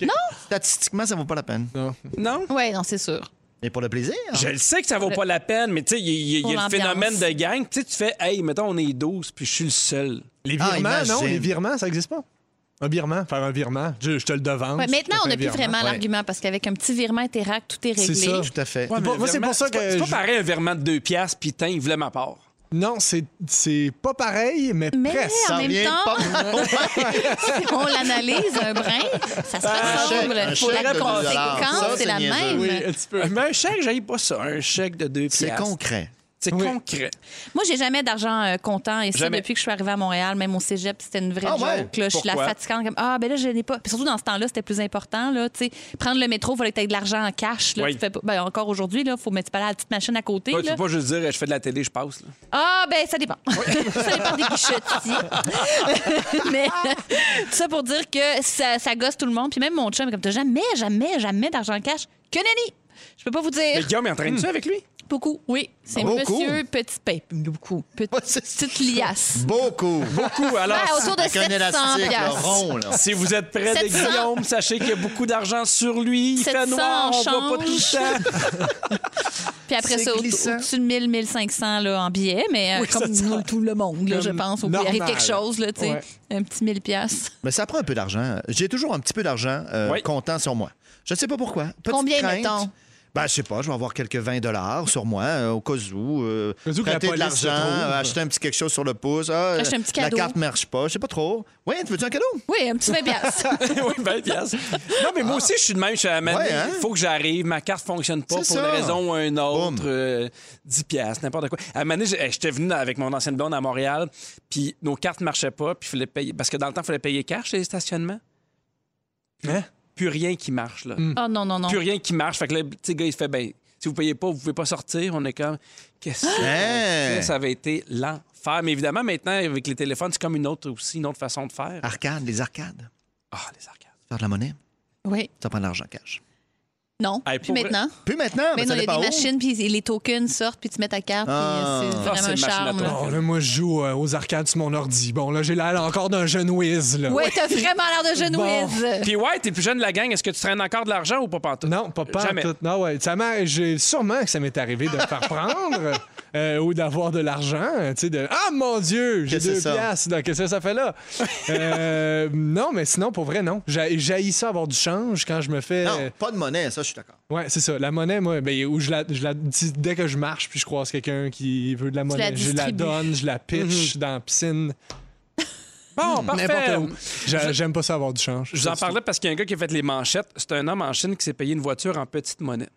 S5: Non. Statistiquement, ça vaut pas la peine.
S2: Non?
S3: Ouais, non, c'est sûr.
S5: Et pour le plaisir.
S2: Je le sais que ça vaut pas la peine, mais tu sais, il y, a- il y a- il y a
S3: Pour
S2: le phénomène
S3: l'ambiance.
S2: de gang. Tu sais, tu fais, hey, mettons, on est 12, puis je suis le seul.
S4: Les
S5: Ah,
S4: virements, non?
S5: imagine.
S4: Les virements, ça n'existe pas? Un virement, faire un virement. Je, je te le devance.
S3: Ouais, maintenant,
S4: je te fais
S3: on n'a
S4: un
S3: plus
S4: virement.
S3: vraiment
S5: ouais.
S3: l'argument parce qu'avec un petit virement Interact, tout est réglé.
S4: hein. C'est ça.
S5: Tout à fait.
S4: Ouais, mais
S2: Bon,
S4: moi, c'est
S2: vraiment,
S4: pour ça
S2: pas-
S4: que
S2: C'est pas
S4: je-
S2: pareil un verment de 2 piastres, puis tiens, il voulait ma part.
S4: Non, c'est, c'est pas pareil, mais,
S3: Mais
S4: presque.
S3: en
S5: Ça
S3: même
S5: revient
S3: temps,
S4: Ah,
S5: pas-
S3: si on l'analyse un brin, ça se ressemble.
S5: chèque, un
S3: Pour
S5: chèque
S3: la
S5: de dollars. Ça,
S3: conséquence, c'est
S5: c'est
S3: la
S5: niaiseux.
S3: même.
S2: Euh,
S4: Oui, un petit peu.
S2: Mais un chèque, j'aille pas ça. Un chèque de 2 piastres.
S5: C'est concret.
S2: C'est
S4: Oui.
S2: concret.
S3: Moi, j'ai jamais d'argent euh, comptant. Et ça,
S2: Jamais.
S3: depuis que je suis arrivée à Montréal, même au cégep, c'était une vraie
S5: Ah ouais?
S3: joke. là. Je suis la
S2: Pourquoi?
S3: fatigante. Comme, ah, ben là, je n'ai pas. Puis surtout, dans ce temps-là, c'était plus important. Là, tu sais. prendre le métro, il fallait que tu aies de l'argent en cash. Là,
S2: Oui.
S3: Tu fais pas- ben, encore aujourd'hui, il faut mettre tu peux aller à la petite machine à côté.
S2: Ouais, tu
S3: là.
S2: peux pas juste dire je fais de la télé, je passe. là.
S3: Ah, ben ça dépend. ça dépend des guichetiers. Mais tout ça pour dire que ça, ça gosse tout le monde. Puis même mon chum, est comme t'as jamais, jamais, jamais d'argent cash. Que nenni! Je peux pas vous
S2: Mais
S3: dire.
S2: Guillaume, il entraîne-tu avec lui?
S3: Beaucoup, oui. C'est
S5: Beaucoup.
S3: monsieur Petit Pain. Beaucoup. Petit-
S5: Ouais, c'est-
S3: petite liasse.
S5: Beaucoup.
S2: Beaucoup. Alors,
S3: Ouais, autour de
S5: Avec un
S3: 700
S5: élastique là,
S3: piastres.
S5: rond, là.
S2: si vous êtes près de
S3: 700.
S2: Guillaume, sachez qu'il y a beaucoup d'argent sur lui. Il fait
S3: 700
S2: noir, on voit pas tout
S3: change.
S2: le temps.
S3: Puis après
S5: C'est
S3: ça, au-
S5: glissant.
S3: au-dessus de 1000, 1500 là, en billets, mais euh,
S2: Oui,
S3: comme
S2: ça, ça-
S3: nous, tout le monde, là, je
S4: Comme
S3: pense. Ou il arrive
S4: normal.
S3: quelque chose, là, tu sais,
S4: Ouais.
S3: un petit 1000 piastres.
S5: Mais ça prend un peu d'argent. J'ai toujours un petit peu d'argent euh,
S2: Oui.
S5: comptant sur moi. Je ne sais pas pourquoi. Petite
S3: Combien,
S5: crainte.
S3: mettons?
S5: Ben, je sais pas, je vais avoir quelques 20 dollars sur moi, euh, au cas où. euh,
S4: Au cas où que la
S5: prêter de
S4: police
S5: l'argent,
S4: te trouve.
S5: euh, acheter un petit quelque chose sur le pouce. Ah,
S3: Acheter un petit
S5: La
S3: cadeau.
S5: carte ne marche pas, je sais pas trop. Oui, tu veux-tu un cadeau?
S3: Oui, un petit 20 piastres.
S2: oui, ben, piastres. Non, mais moi aussi, je suis de même. Je suis à Mané.
S5: Ah. Ouais, hein?
S2: Il faut que j'arrive. Ma carte fonctionne pas pour
S5: C'est
S2: une
S5: ça.
S2: raison ou une autre.
S5: Boum.
S2: euh, 10 piastres, n'importe quoi. À Mané, j'ai- j'étais venu avec mon ancienne blonde à Montréal, puis nos cartes marchaient pas, puis il fallait payer. Parce que dans le temps, il fallait payer cash les stationnements.
S4: Hein?
S2: Plus rien qui marche, là.
S5: Mm.
S3: oh non, non, non.
S2: Plus rien qui marche. Fait que là, le petit gars, il fait, ben, si vous payez pas, vous pouvez pas sortir. On est comme, qu'est-ce que
S5: Hein?
S2: ça avait été l'enfer. Mais évidemment, maintenant, avec les téléphones, c'est comme une autre aussi, une autre façon de faire. Ah,
S5: Arcade, les arcades.
S2: les arcades.
S5: Faire de la monnaie,
S3: Oui.
S5: ça prend de l'argent cash.
S3: Non.
S2: Hey,
S3: Puis
S2: pour vrai-
S3: maintenant.
S5: Plus maintenant, Ah, mais
S3: Maintenant,
S5: ça
S3: il y a
S5: dépend
S3: des
S5: où.
S3: machines, puis les tokens sortent, puis tu mets ta carte,
S5: Ah.
S3: puis c'est
S2: Ah,
S3: vraiment
S2: c'est
S3: un
S2: une machine à
S3: charme. là.
S2: tour.
S4: Bon, là, moi, je joue euh, aux arcades sur mon ordi. Bon, là, j'ai l'air encore d'un jeune whiz, là.
S3: Ouais, t'as vraiment l'air de jeune
S4: Bon.
S3: whiz.
S2: Puis ouais, t'es plus jeune de la gang, est-ce que tu traînes encore de l'argent ou pas pantoute?
S4: Non, pas pas en
S2: Jamais.
S4: tout. Non, ouais. Ça m'a- j'ai- sûrement que ça m'est arrivé de me faire prendre euh, ou d'avoir de l'argent. euh, tu sais, de Ah mon Dieu, j'ai
S5: Qu'est-ce que
S4: deux
S5: c'est ça?
S4: piastres. Donc, Qu'est-ce que ça fait là? Euh, non, mais sinon, pour vrai, non. J'ai j'haïs ça avoir du change quand je me fais.
S5: Non, pas de monnaie, ça, je suis d'accord.
S4: Ouais, c'est ça. La monnaie, moi, ben, où je la, je la dis- dès que je marche puis je croise quelqu'un qui veut de la monnaie, je la
S3: distribues.
S4: donne, je la
S5: Mhm.
S4: pitch dans la piscine.
S2: Bon, parfait.
S4: N'importe où. J'a- J'aime pas ça avoir du change.
S2: Je vous en parlais parce qu'il y a un gars qui a fait les manchettes. C'est un homme en Chine qui s'est payé une voiture en petite monnaie.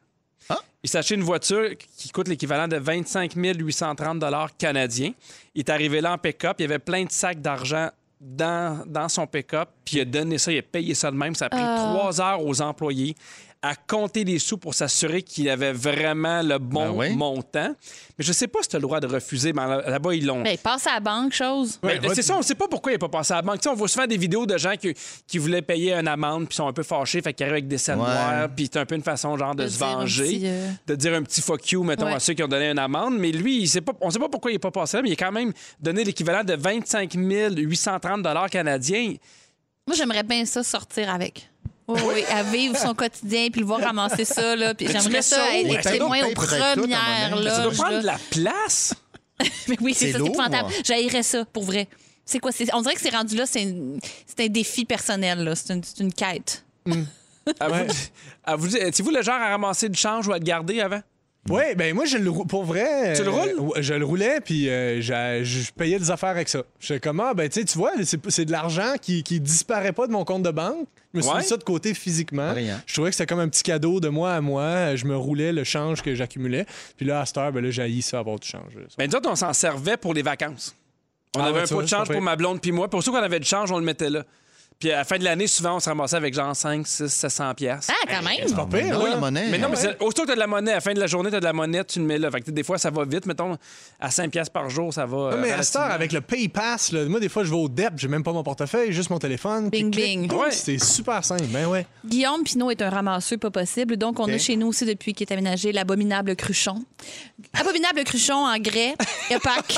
S4: Ah.
S2: Il s'est acheté une voiture qui coûte l'équivalent de 25 830 canadiens. Il est arrivé là en pick-up. Il y avait plein de sacs d'argent dans, dans son pick-up. Puis il a donné ça, il a payé ça de même. Ça a pris trois heures aux employés à compter les sous pour s'assurer qu'il avait vraiment le bon
S5: Ben oui.
S2: montant. Mais je sais pas si tu as le droit de refuser, mais là- là-bas, ils l'ont
S3: Ben, passe à la banque, chose.
S4: Ouais,
S2: mais
S4: va-
S2: c'est ça, on sait pas pourquoi il n'est pas passé à la banque. Tu sais, on voit souvent des vidéos de gens qui, qui voulaient payer une amende puis sont un peu fâchés, fait qu'ils arrivent avec des scènes
S5: Ouais.
S2: noires, puis c'est un peu une façon genre de,
S3: De
S2: se
S3: dire un
S2: venger,
S3: petit, euh,
S2: de dire un petit fuck you, mettons,
S3: Ouais.
S2: à ceux qui ont donné une amende. Mais lui, il sait pas, on sait pas pourquoi il n'est pas passé là, mais il a quand même donné l'équivalent de 25 830 canadiens.
S3: Moi, j'aimerais bien ça sortir avec. Oui, oui, à vivre son quotidien, puis le voir ramasser ça, là. Puis
S2: tu mets
S3: j'aimerais
S2: ça
S3: ça
S2: où?
S3: être
S2: Ouais,
S3: les
S2: ça
S5: doit
S3: témoins
S5: payer
S3: aux
S5: pour être ben, tout, à mon
S3: premières
S5: avis.
S2: Ça
S5: Ça
S2: doit
S3: loges,
S2: prendre de
S3: là.
S2: la place.
S3: Mais oui, c'est
S5: C'est
S3: ça, c'est
S5: lourd.
S3: épouvantable. J'haïrais ça, pour vrai. C'est quoi? c'est- On dirait que c'est rendu là, c'est une- c'est un défi personnel, là. C'est une, c'est une quête.
S2: À vous- à vous- Étiez-vous le genre à ramasser du change ou à le garder avant?
S4: Ouais, ben moi, je le rou- pour vrai.
S2: Tu le
S4: euh,
S2: roules?
S4: ouais, je le roulais, puis euh, j'a- je payais des affaires avec ça. Je sais comment, ben tu sais, tu vois, c'est c'est de l'argent qui, qui disparaît pas de mon compte de banque. Je me suis
S2: Ouais.
S4: mis ça de côté physiquement.
S5: Brillant.
S4: Je trouvais que c'était comme un petit cadeau de moi à moi. Je me roulais le change que j'accumulais. Puis là, à cette heure, ben là, j'haïs ça avoir du change.
S2: Mais Ben, nous autres, on s'en servait pour les vacances. On
S4: Ah
S2: avait
S4: ouais,
S2: un
S4: tu
S2: pot
S4: vois,
S2: de
S4: c'est
S2: change
S4: pas
S2: pour
S4: pire.
S2: ma blonde puis moi. Pour ceux qu'on avait du change, on le mettait là. Puis à la fin de l'année, souvent, on se ramassait avec genre 5, 6, 700 piastres.
S3: Ah, quand même!
S4: C'est pas pire,
S5: Non,
S4: là.
S5: la monnaie.
S2: Mais non, mais
S5: Ouais.
S2: c'est- aussitôt que t'as de la monnaie, à la fin de la journée, t'as de la monnaie, tu le mets là. Fait que t'sais, des fois, ça va vite. Mettons, à 5 piastres par jour, ça va. euh,
S4: Ouais, Ah, mais à cette heure,
S2: relativement.
S4: avec le PayPass, là, moi, des fois, je vais au DEP, j'ai même pas mon portefeuille, juste mon téléphone.
S3: Bing,
S4: Clic,
S3: bing.
S4: clic, boum,
S2: Ouais.
S4: C'est super simple. Ben ouais.
S3: Guillaume Pinot est un ramasseux pas possible. Donc, on a chez nous aussi, depuis qu'il est aménagé, l'abominable cruchon. Abominable cruchon en grès, opaque,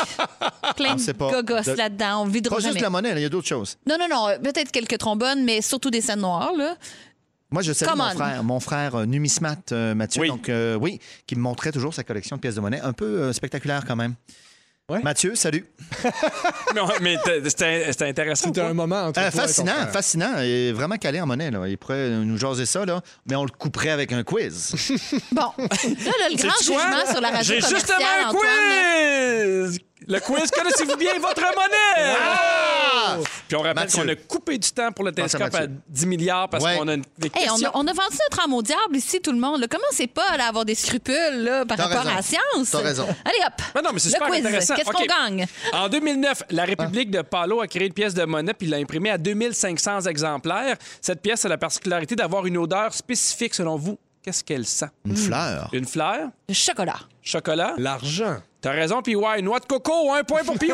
S3: plein
S5: On
S3: de
S5: sait pas.
S3: gogos
S5: De-
S3: là-dedans. On videra
S5: Pas
S3: jamais.
S5: juste la monnaie, là, il y a d'autres choses.
S3: Non, non, non. euh, Peut-être quelques trombones, mais surtout des scènes noires, là.
S5: Moi, je salue
S3: Come
S5: mon
S3: on.
S5: frère, mon frère euh, numismate, euh, Mathieu,
S2: Oui.
S5: donc euh, oui, qui me montrait toujours sa collection de pièces de monnaie, un peu euh, spectaculaire quand même.
S4: Ouais.
S5: Mathieu, salut.
S2: Non, mais t'as- c'était c'était intéressant. ou
S4: C'était
S2: pas?
S4: un moment entre
S5: Euh,
S4: toi et ton
S5: fascinant,
S4: frère.
S5: fascinant. Il est vraiment calé en monnaie. Là. Il pourrait nous jaser ça, là, mais on le couperait avec un quiz.
S3: Bon. Là, là, le grand
S2: Sais-tu
S3: jugement
S2: quoi?
S3: sur la radio
S2: J'ai
S3: commerciale,
S2: justement un
S3: Antoine, hein. là.
S2: quiz! Le quiz, connaissez-vous bien votre monnaie? Puis on rappelle
S5: Mathieu.
S2: qu'on a coupé du temps pour le
S5: Pense à
S2: télescope à
S5: Mathieu.
S2: 10 milliards parce
S5: Ouais.
S2: qu'on a une, des
S3: Hey, on,
S2: questions.
S3: a, on a vendu notre âme au diable ici, tout le monde. là. Commencez pas là, à avoir des scrupules là, par
S5: T'as
S3: rapport
S5: raison.
S3: à la science.
S5: T'as raison. Ah
S3: Allez hop.
S2: Mais non, mais c'est
S3: Le
S2: super
S3: quiz.
S2: intéressant.
S3: Qu'est-ce
S2: OK.
S3: qu'on gagne?
S2: En 2009, la République
S5: Ah.
S2: de Palo a créé une pièce de monnaie puis l'a imprimée à 2500 exemplaires. Cette pièce a la particularité d'avoir une odeur spécifique selon vous. Qu'est-ce qu'elle sent?
S5: Une fleur.
S2: Une fleur?
S3: Le chocolat.
S2: Chocolat?
S4: L'argent.
S2: T'as raison, PY. Noix de coco, un point pour PY!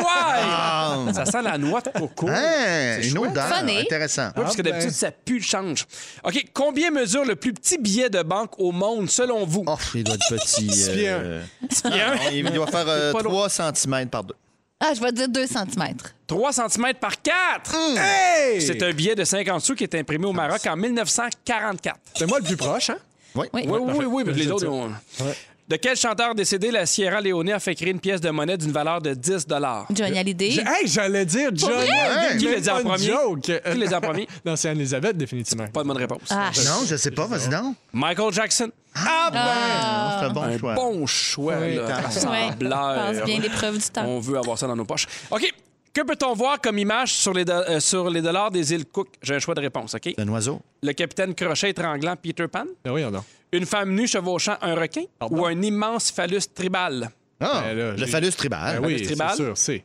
S2: ça sent la noix de coco.
S5: Ah! Hein,
S2: C'est
S5: une
S2: chouette.
S5: odeur.
S3: Funny.
S5: Intéressant.
S2: Oui, parce que
S4: Ah ben.
S2: d'habitude, ça pue le change. OK, combien mesure le plus petit billet de banque au monde, selon vous?
S5: Oh, il doit être petit. euh,
S4: bien.
S5: euh,
S2: Bien.
S5: il doit faire euh,
S2: C'est pas
S5: 3 cm par deux.
S3: Ah, je vais dire 2 cm.
S2: 3 cm par 4!
S5: Mmh.
S4: Hey!
S2: Hmm. C'est un billet de 50 sous qui est imprimé au Maroc en 1944.
S4: C'est moi le plus proche, hein?
S5: Oui.
S3: Oui.
S2: Oui, oui, oui, mais
S4: Je
S2: les
S4: sais
S2: autres,
S4: ça.
S2: ont- De quel chanteur décédé la Sierra Leone a fait créer une pièce de monnaie d'une valeur de 10
S3: Johnny Hallyday.
S4: J'ai- Hey, j'allais dire John. Lennon,
S2: Qui
S4: même
S2: l'a dit en
S4: pas une
S2: premier?
S4: joke. Euh,
S2: Qui l'a dit en premier?
S4: L'ancienne Elisabeth, définitivement.
S2: Pas de bonne réponse.
S3: Ah,
S5: Non, je sais pas, vas-y donc.
S2: Michael Jackson.
S5: Ah, Non, C'est un bon
S2: un
S5: choix.
S2: bon choix,
S4: Oui,
S2: là,
S4: t'as
S3: ouais.
S4: raison.
S2: rassembleur.
S3: Passe bien hein. l'épreuve du temps.
S2: On veut avoir ça dans nos poches. OK. Que peut-on voir comme image sur les, do- euh, sur les dollars des îles Cook? J'ai un choix de réponse, OK?
S5: Un oiseau.
S2: Le capitaine crochet étranglant Peter Pan?
S4: Ben voyons donc.
S2: Une femme nue chevauchant un requin?
S4: Pardon?
S2: Ou un immense phallus tribal?
S5: Ah,
S4: Ben là,
S5: le
S4: j'ai-
S5: phallus tribal.
S4: Ben oui,
S2: tribal?
S4: c'est sûr, c'est.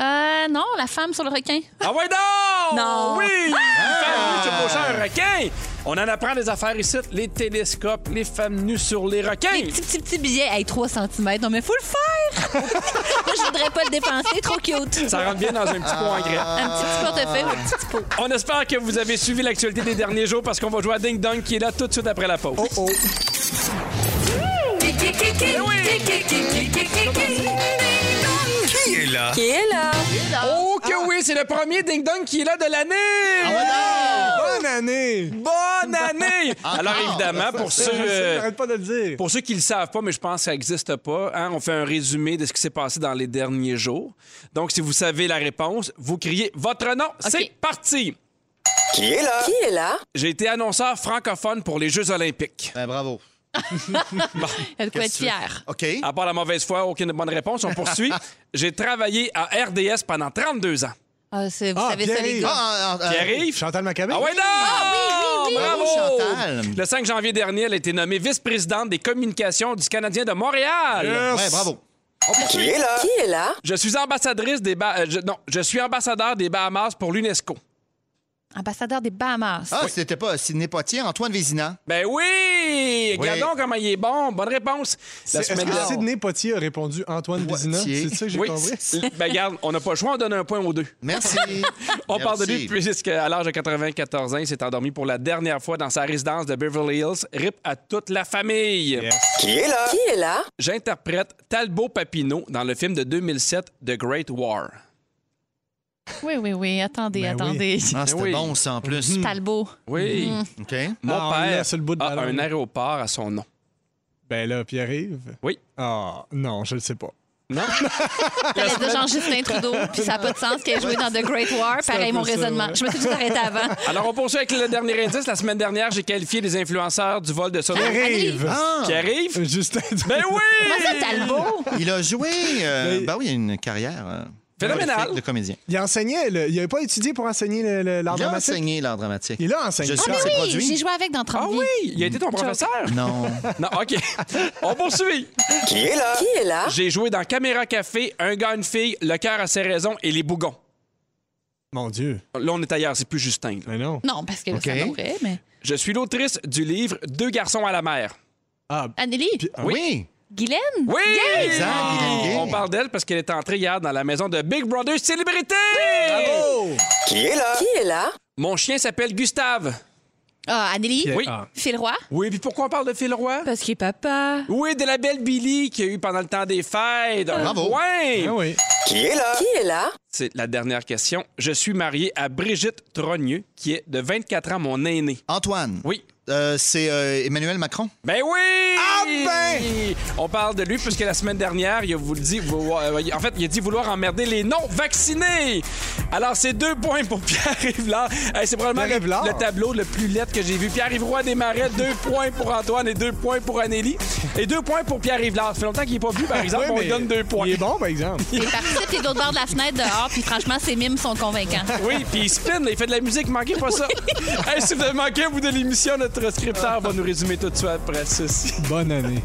S3: Euh, non, la femme sur le requin.
S2: Ah ouais donc!
S3: Non.
S2: Oui! Une femme nue chevauchant un requin! On en apprend des affaires ici. Les télescopes, les femmes nues sur les requins.
S3: Petit, petit, petit billet. Hey, 3 cm. Non, mais faut le faire. Moi, je voudrais pas le dépenser. Trop cute.
S2: Ça rentre bien dans un petit pot en grès.
S3: Un petit, petit portefeuille, un petit, petit pot.
S2: On espère que vous avez suivi l'actualité des derniers jours parce qu'on va jouer à Ding Dong qui est là tout de suite après la pause.
S7: Qui est là?
S8: Qui est là?
S2: Oh que oui, c'est le premier Ding Dong qui est là de l'année!
S4: Bonne année!
S2: Bonne année! Alors évidemment, pour
S4: Je
S2: ceux,
S4: sais,
S2: euh,
S4: J'arrête pas de le dire.
S2: pour ceux qui ne le savent pas, mais je pense que ça n'existe pas, hein, on fait un résumé de ce qui s'est passé dans les derniers jours. Donc, si vous savez la réponse, vous criez votre nom. C'est parti!
S7: Qui est là?
S8: Qui est là?
S2: J'ai été annonceur francophone pour les Jeux olympiques.
S5: Ben, bravo.
S3: Elle doit être
S5: Qu'est-ce que tu veux?
S3: fière.
S5: OK. Ah,
S2: À part la mauvaise foi, aucune bonne réponse. On poursuit. J'ai travaillé à RDS pendant 32 ans.
S3: Ah, c'est- vous
S4: Ah,
S3: savez ça,
S4: bien.
S3: les gars.
S5: Ah, ah, ah,
S2: Pierre Yves?
S4: Chantal Maccabé?
S2: Ah ouais, non!
S3: oui, oui, oui.
S2: Bravo!
S5: Bravo, Chantal.
S2: Le 5 janvier dernier, elle a été nommée vice-présidente des communications du Canadien de Montréal.
S5: Ouais, bravo.
S7: Qui est là?
S8: Qui est là?
S2: Je suis ambassadrice des Ba- euh, je- non, je suis ambassadeur des Bahamas pour l'UNESCO.
S3: Ambassadeur des Bahamas.
S5: Ah, c'était pas Sidney Poitier, Antoine Vézina.
S2: Ben oui! Regardons comment il est bon. Bonne réponse. La
S4: Est-ce
S2: semaine
S4: que
S2: dernière.
S4: Sidney Potier a répondu Antoine
S5: Poitier.
S4: Vézina? C'est ça que j'ai
S2: Oui.
S4: compris?
S2: Ben regarde, on n'a pas le choix, on donne un point aux deux.
S5: Merci.
S2: On
S5: Merci.
S2: parle de lui puisqu'à l'âge de 94 ans, il s'est endormi pour la dernière fois dans sa résidence de Beverly Hills. Rip à toute la famille.
S7: Qui est là?
S8: Qui est là?
S2: J'interprète Talbot Papineau dans le film de 2007, The Great War.
S3: Oui, oui, oui. Attendez,
S4: Ben oui.
S3: attendez.
S5: Ah, c'était
S2: Oui.
S5: bon, ça, en plus.
S3: Talbot.
S2: Oui.
S5: OK.
S2: Mon
S4: Ah, on
S2: père
S4: l'a sur le bout de
S2: a
S4: la langue.
S2: un aéroport à son nom.
S4: Ben là, Pierre-Yves?
S2: Oui.
S4: Ah, non, je le sais pas.
S2: Non?
S3: T'allais dire Jean-Justin Trudeau, puis ça n'a pas de sens qu'elle ait joué dans The Great
S4: un
S3: War. Pareil,
S4: peu
S3: mon
S4: ça,
S3: raisonnement.
S4: ouais.
S3: Je me suis tout arrêté avant.
S2: Alors, on poursuit avec le dernier indice. La semaine dernière, j'ai qualifié les influenceurs du vol de sonnerie
S4: Pierre-Yves! Euh,
S5: Ah,
S2: qui arrive.
S4: Justin Trudeau.
S2: Ben oui!
S3: C'est Talbot.
S5: il a joué. euh,
S4: Mais-
S5: Ben oui, il a une carrière. euh,
S2: Phénoménal.
S5: magnifique de comédien.
S4: Il enseignait, là. il n'avait pas étudié pour enseigner le- le- l'art
S5: Il a
S4: dramatique.
S5: enseigné l'art dramatique.
S4: Il a enseigné. ben
S5: Je
S4: ça.
S5: sais,
S3: Ah
S5: c'est
S3: oui,
S5: produit.
S3: j'ai joué avec dans 30
S2: Ah oui! Il a été ton professeur?
S5: Non.
S2: Non, OK. On poursuit.
S7: Qui est là?
S8: Qui est là?
S2: J'ai joué dans Caméra Café, Un gars, une fille, Le cœur à ses raisons et Les Bougons.
S4: Mon Dieu.
S2: Là, on est ailleurs, c'est plus Justin. là.
S4: Mais non.
S3: Non, parce que
S5: OK.
S3: ça devrait, mais...
S2: Je suis l'autrice du livre Deux garçons à la mer.
S4: Ah,
S3: Anneli,
S4: Ah
S5: Oui.
S3: Guylaine?
S2: Oui!
S5: Exact, il est gay.
S2: On parle d'elle parce qu'elle est entrée hier dans la maison de Big Brother Célébrité!
S4: Oh!
S7: Qui est là?
S8: Qui est là?
S2: Mon chien s'appelle Gustave.
S3: Ah, Anneli?
S2: Oui.
S4: Ah.
S3: Phil Roy?
S2: Oui, puis pourquoi on parle de Phil Roy?
S3: Parce qu'il est papa.
S2: Oui, de la belle Billy qu'il y a eu pendant le temps des fêtes.
S5: Bravo.
S2: Ouais!
S4: Ah oui.
S7: Qui est là?
S8: Qui est là?
S2: C'est la dernière question. Je suis marié à Brigitte Trogneux, qui est de 24 ans, mon aînée.
S5: Antoine.
S2: Oui.
S5: Euh, c'est euh, Emmanuel Macron.
S2: Ben oui! Ah ben! On parle de lui puisque la semaine dernière, il a vous le dit, vouloir- euh, en fait, il a dit vouloir emmerder les non-vaccinés. Alors, c'est deux points pour Pierre-Yves Lard. Hey, c'est probablement le,
S4: Pierre-Yves Lard.
S2: le tableau le plus laid que j'ai vu. Pierre-Yves Roy démarrait, deux points pour Antoine et deux points pour Anélie. Et deux points pour Pierre-Yves Lard. Ça fait longtemps qu'il n'est pas vu, par exemple,
S4: Ouais,
S2: on
S4: mais
S2: lui donne deux points.
S4: Il est bon, par exemple.
S3: Il participe, il est de l'autre bord de la fenêtre dehors, puis franchement, ses mimes sont convaincants.
S2: Oui, puis il spin, là, il fait de la musique, manquez pas ça. Hey, si vous avez manqué un bout de l'émission, notre scripteur va nous résumer tout de suite après ceci.
S4: Bonne année.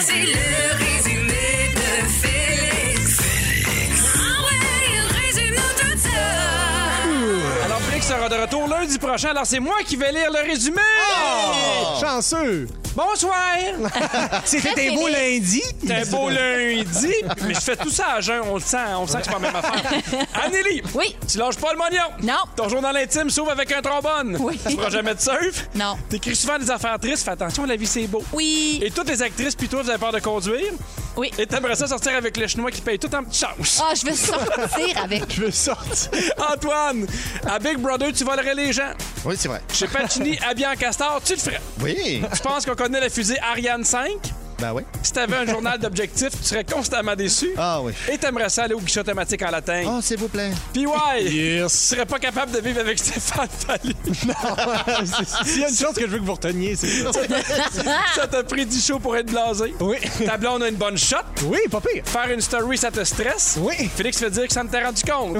S8: C'est le résumé de Félix. Félix. Ah ouais, il résume tout ça.
S2: Alors, Félix sera de retour lundi prochain, alors c'est moi qui vais lire le résumé.
S4: Oh! Ah. Chanceux.
S2: Bonsoir!
S3: Très
S4: C'était beau lundi.
S2: C'était beau lundi, mais je fais tout ça à jeun, on le sent, on le sent que c'est pas la même affaire. Anneli!
S3: Oui.
S2: Tu lâches pas le mignon!
S3: Non.
S2: Ton journal intime s'ouvre avec un trombone!
S3: Oui.
S2: Tu feras jamais de surf!
S3: Non.
S2: T'écris souvent des affaires tristes, fais attention, la vie c'est beau!
S3: Oui.
S2: Et toutes les actrices, puis toi, vous avez peur de conduire?
S3: Oui.
S2: Et t'aimerais ça sortir avec le chinois qui paye tout en petite chance!
S3: Ah, je veux sortir avec.
S4: Je veux sortir.
S2: Antoine, à Big Brother, tu volerais les gens.
S5: Oui, c'est vrai.
S2: Chez Pacini, habillé en castor, tu le ferais.
S5: Oui.
S2: Je pense qu'on connaît la fusée Ariane 5.
S5: Ben oui.
S2: Si t'avais un journal d'objectifs, tu serais constamment déçu.
S5: Ah oui.
S2: Et t'aimerais ça aller au guichet automatique en latin.
S5: Oh, s'il vous plaît.
S2: Puis ouais,
S4: Yes.
S2: tu serais pas capable de vivre avec Stéphane Fallu.
S4: S'il y a une chose que je veux que vous reteniez, c'est ça.
S2: ça t'a pris du chaud pour être blasé.
S5: Oh.
S4: Oui.
S2: Ta blonde a une bonne shot.
S4: Oui, pas pire.
S2: Faire une story, ça te stresse.
S4: Oui.
S2: Félix fait dire que ça ne t'a rendu compte.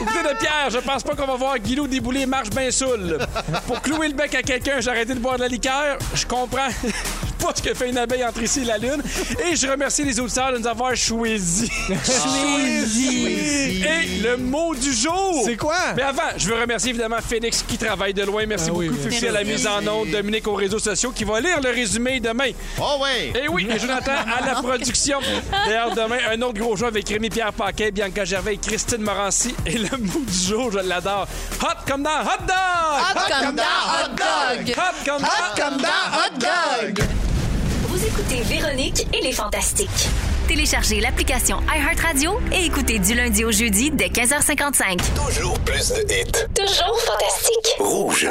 S2: Écoutez de Pierre, je pense pas qu'on va voir Guilou débouler marche bien saoul. Pour clouer le bec à quelqu'un, j'ai arrêté de boire de la liqueur. Je comprends pas ce que fait une abeille entre ici et la lune. Et je remercie les auditeurs de nous avoir choisis.
S5: Choisis.
S2: Et le mot du jour.
S4: C'est quoi?
S2: Mais avant, je veux remercier évidemment Félix qui travaille de loin. Merci
S4: Ah
S2: beaucoup,
S4: oui,
S2: Félix,
S3: merci.
S2: à la mise en onde. Dominique aux réseaux sociaux qui va lire le résumé demain.
S5: Oh oui.
S2: Et Eh oui, et Jonathan à la production. D'ailleurs, demain, un autre gros jeu avec Rémi-Pierre Paquet, Bianca Gervais et Christine Morancy. Et le mot du jour, je l'adore. Hot comme dans Hot Dog!
S3: Hot comme dans hot dog.
S2: Hot comme dans...
S5: Comme dans Hot Dog.
S8: Vous écoutez Véronique et les Fantastiques.
S1: Téléchargez l'application iHeartRadio et écoutez du lundi au jeudi dès 15h55.
S7: Toujours plus de hits.
S8: Toujours fantastique.
S7: Rouge.